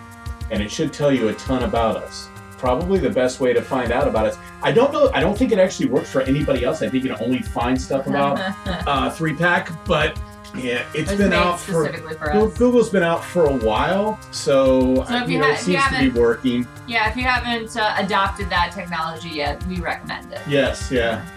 S3: And it should tell you a ton about us. Probably the best way to find out about us. I don't know. I don't think it actually works for anybody else. I think you can only find stuff about uh, three pack, but yeah,
S2: It
S3: it's
S2: was
S3: been
S2: made
S3: out for.
S2: specifically for, us.
S3: Google's been out for a while, so, uh,
S2: So if
S3: you
S2: you
S3: know,
S2: ha-
S3: it
S2: if you
S3: seems to be
S2: haven't-
S3: working.
S2: Yeah, if you haven't uh, adopted that technology yet, we recommend it.
S3: Yes, yeah.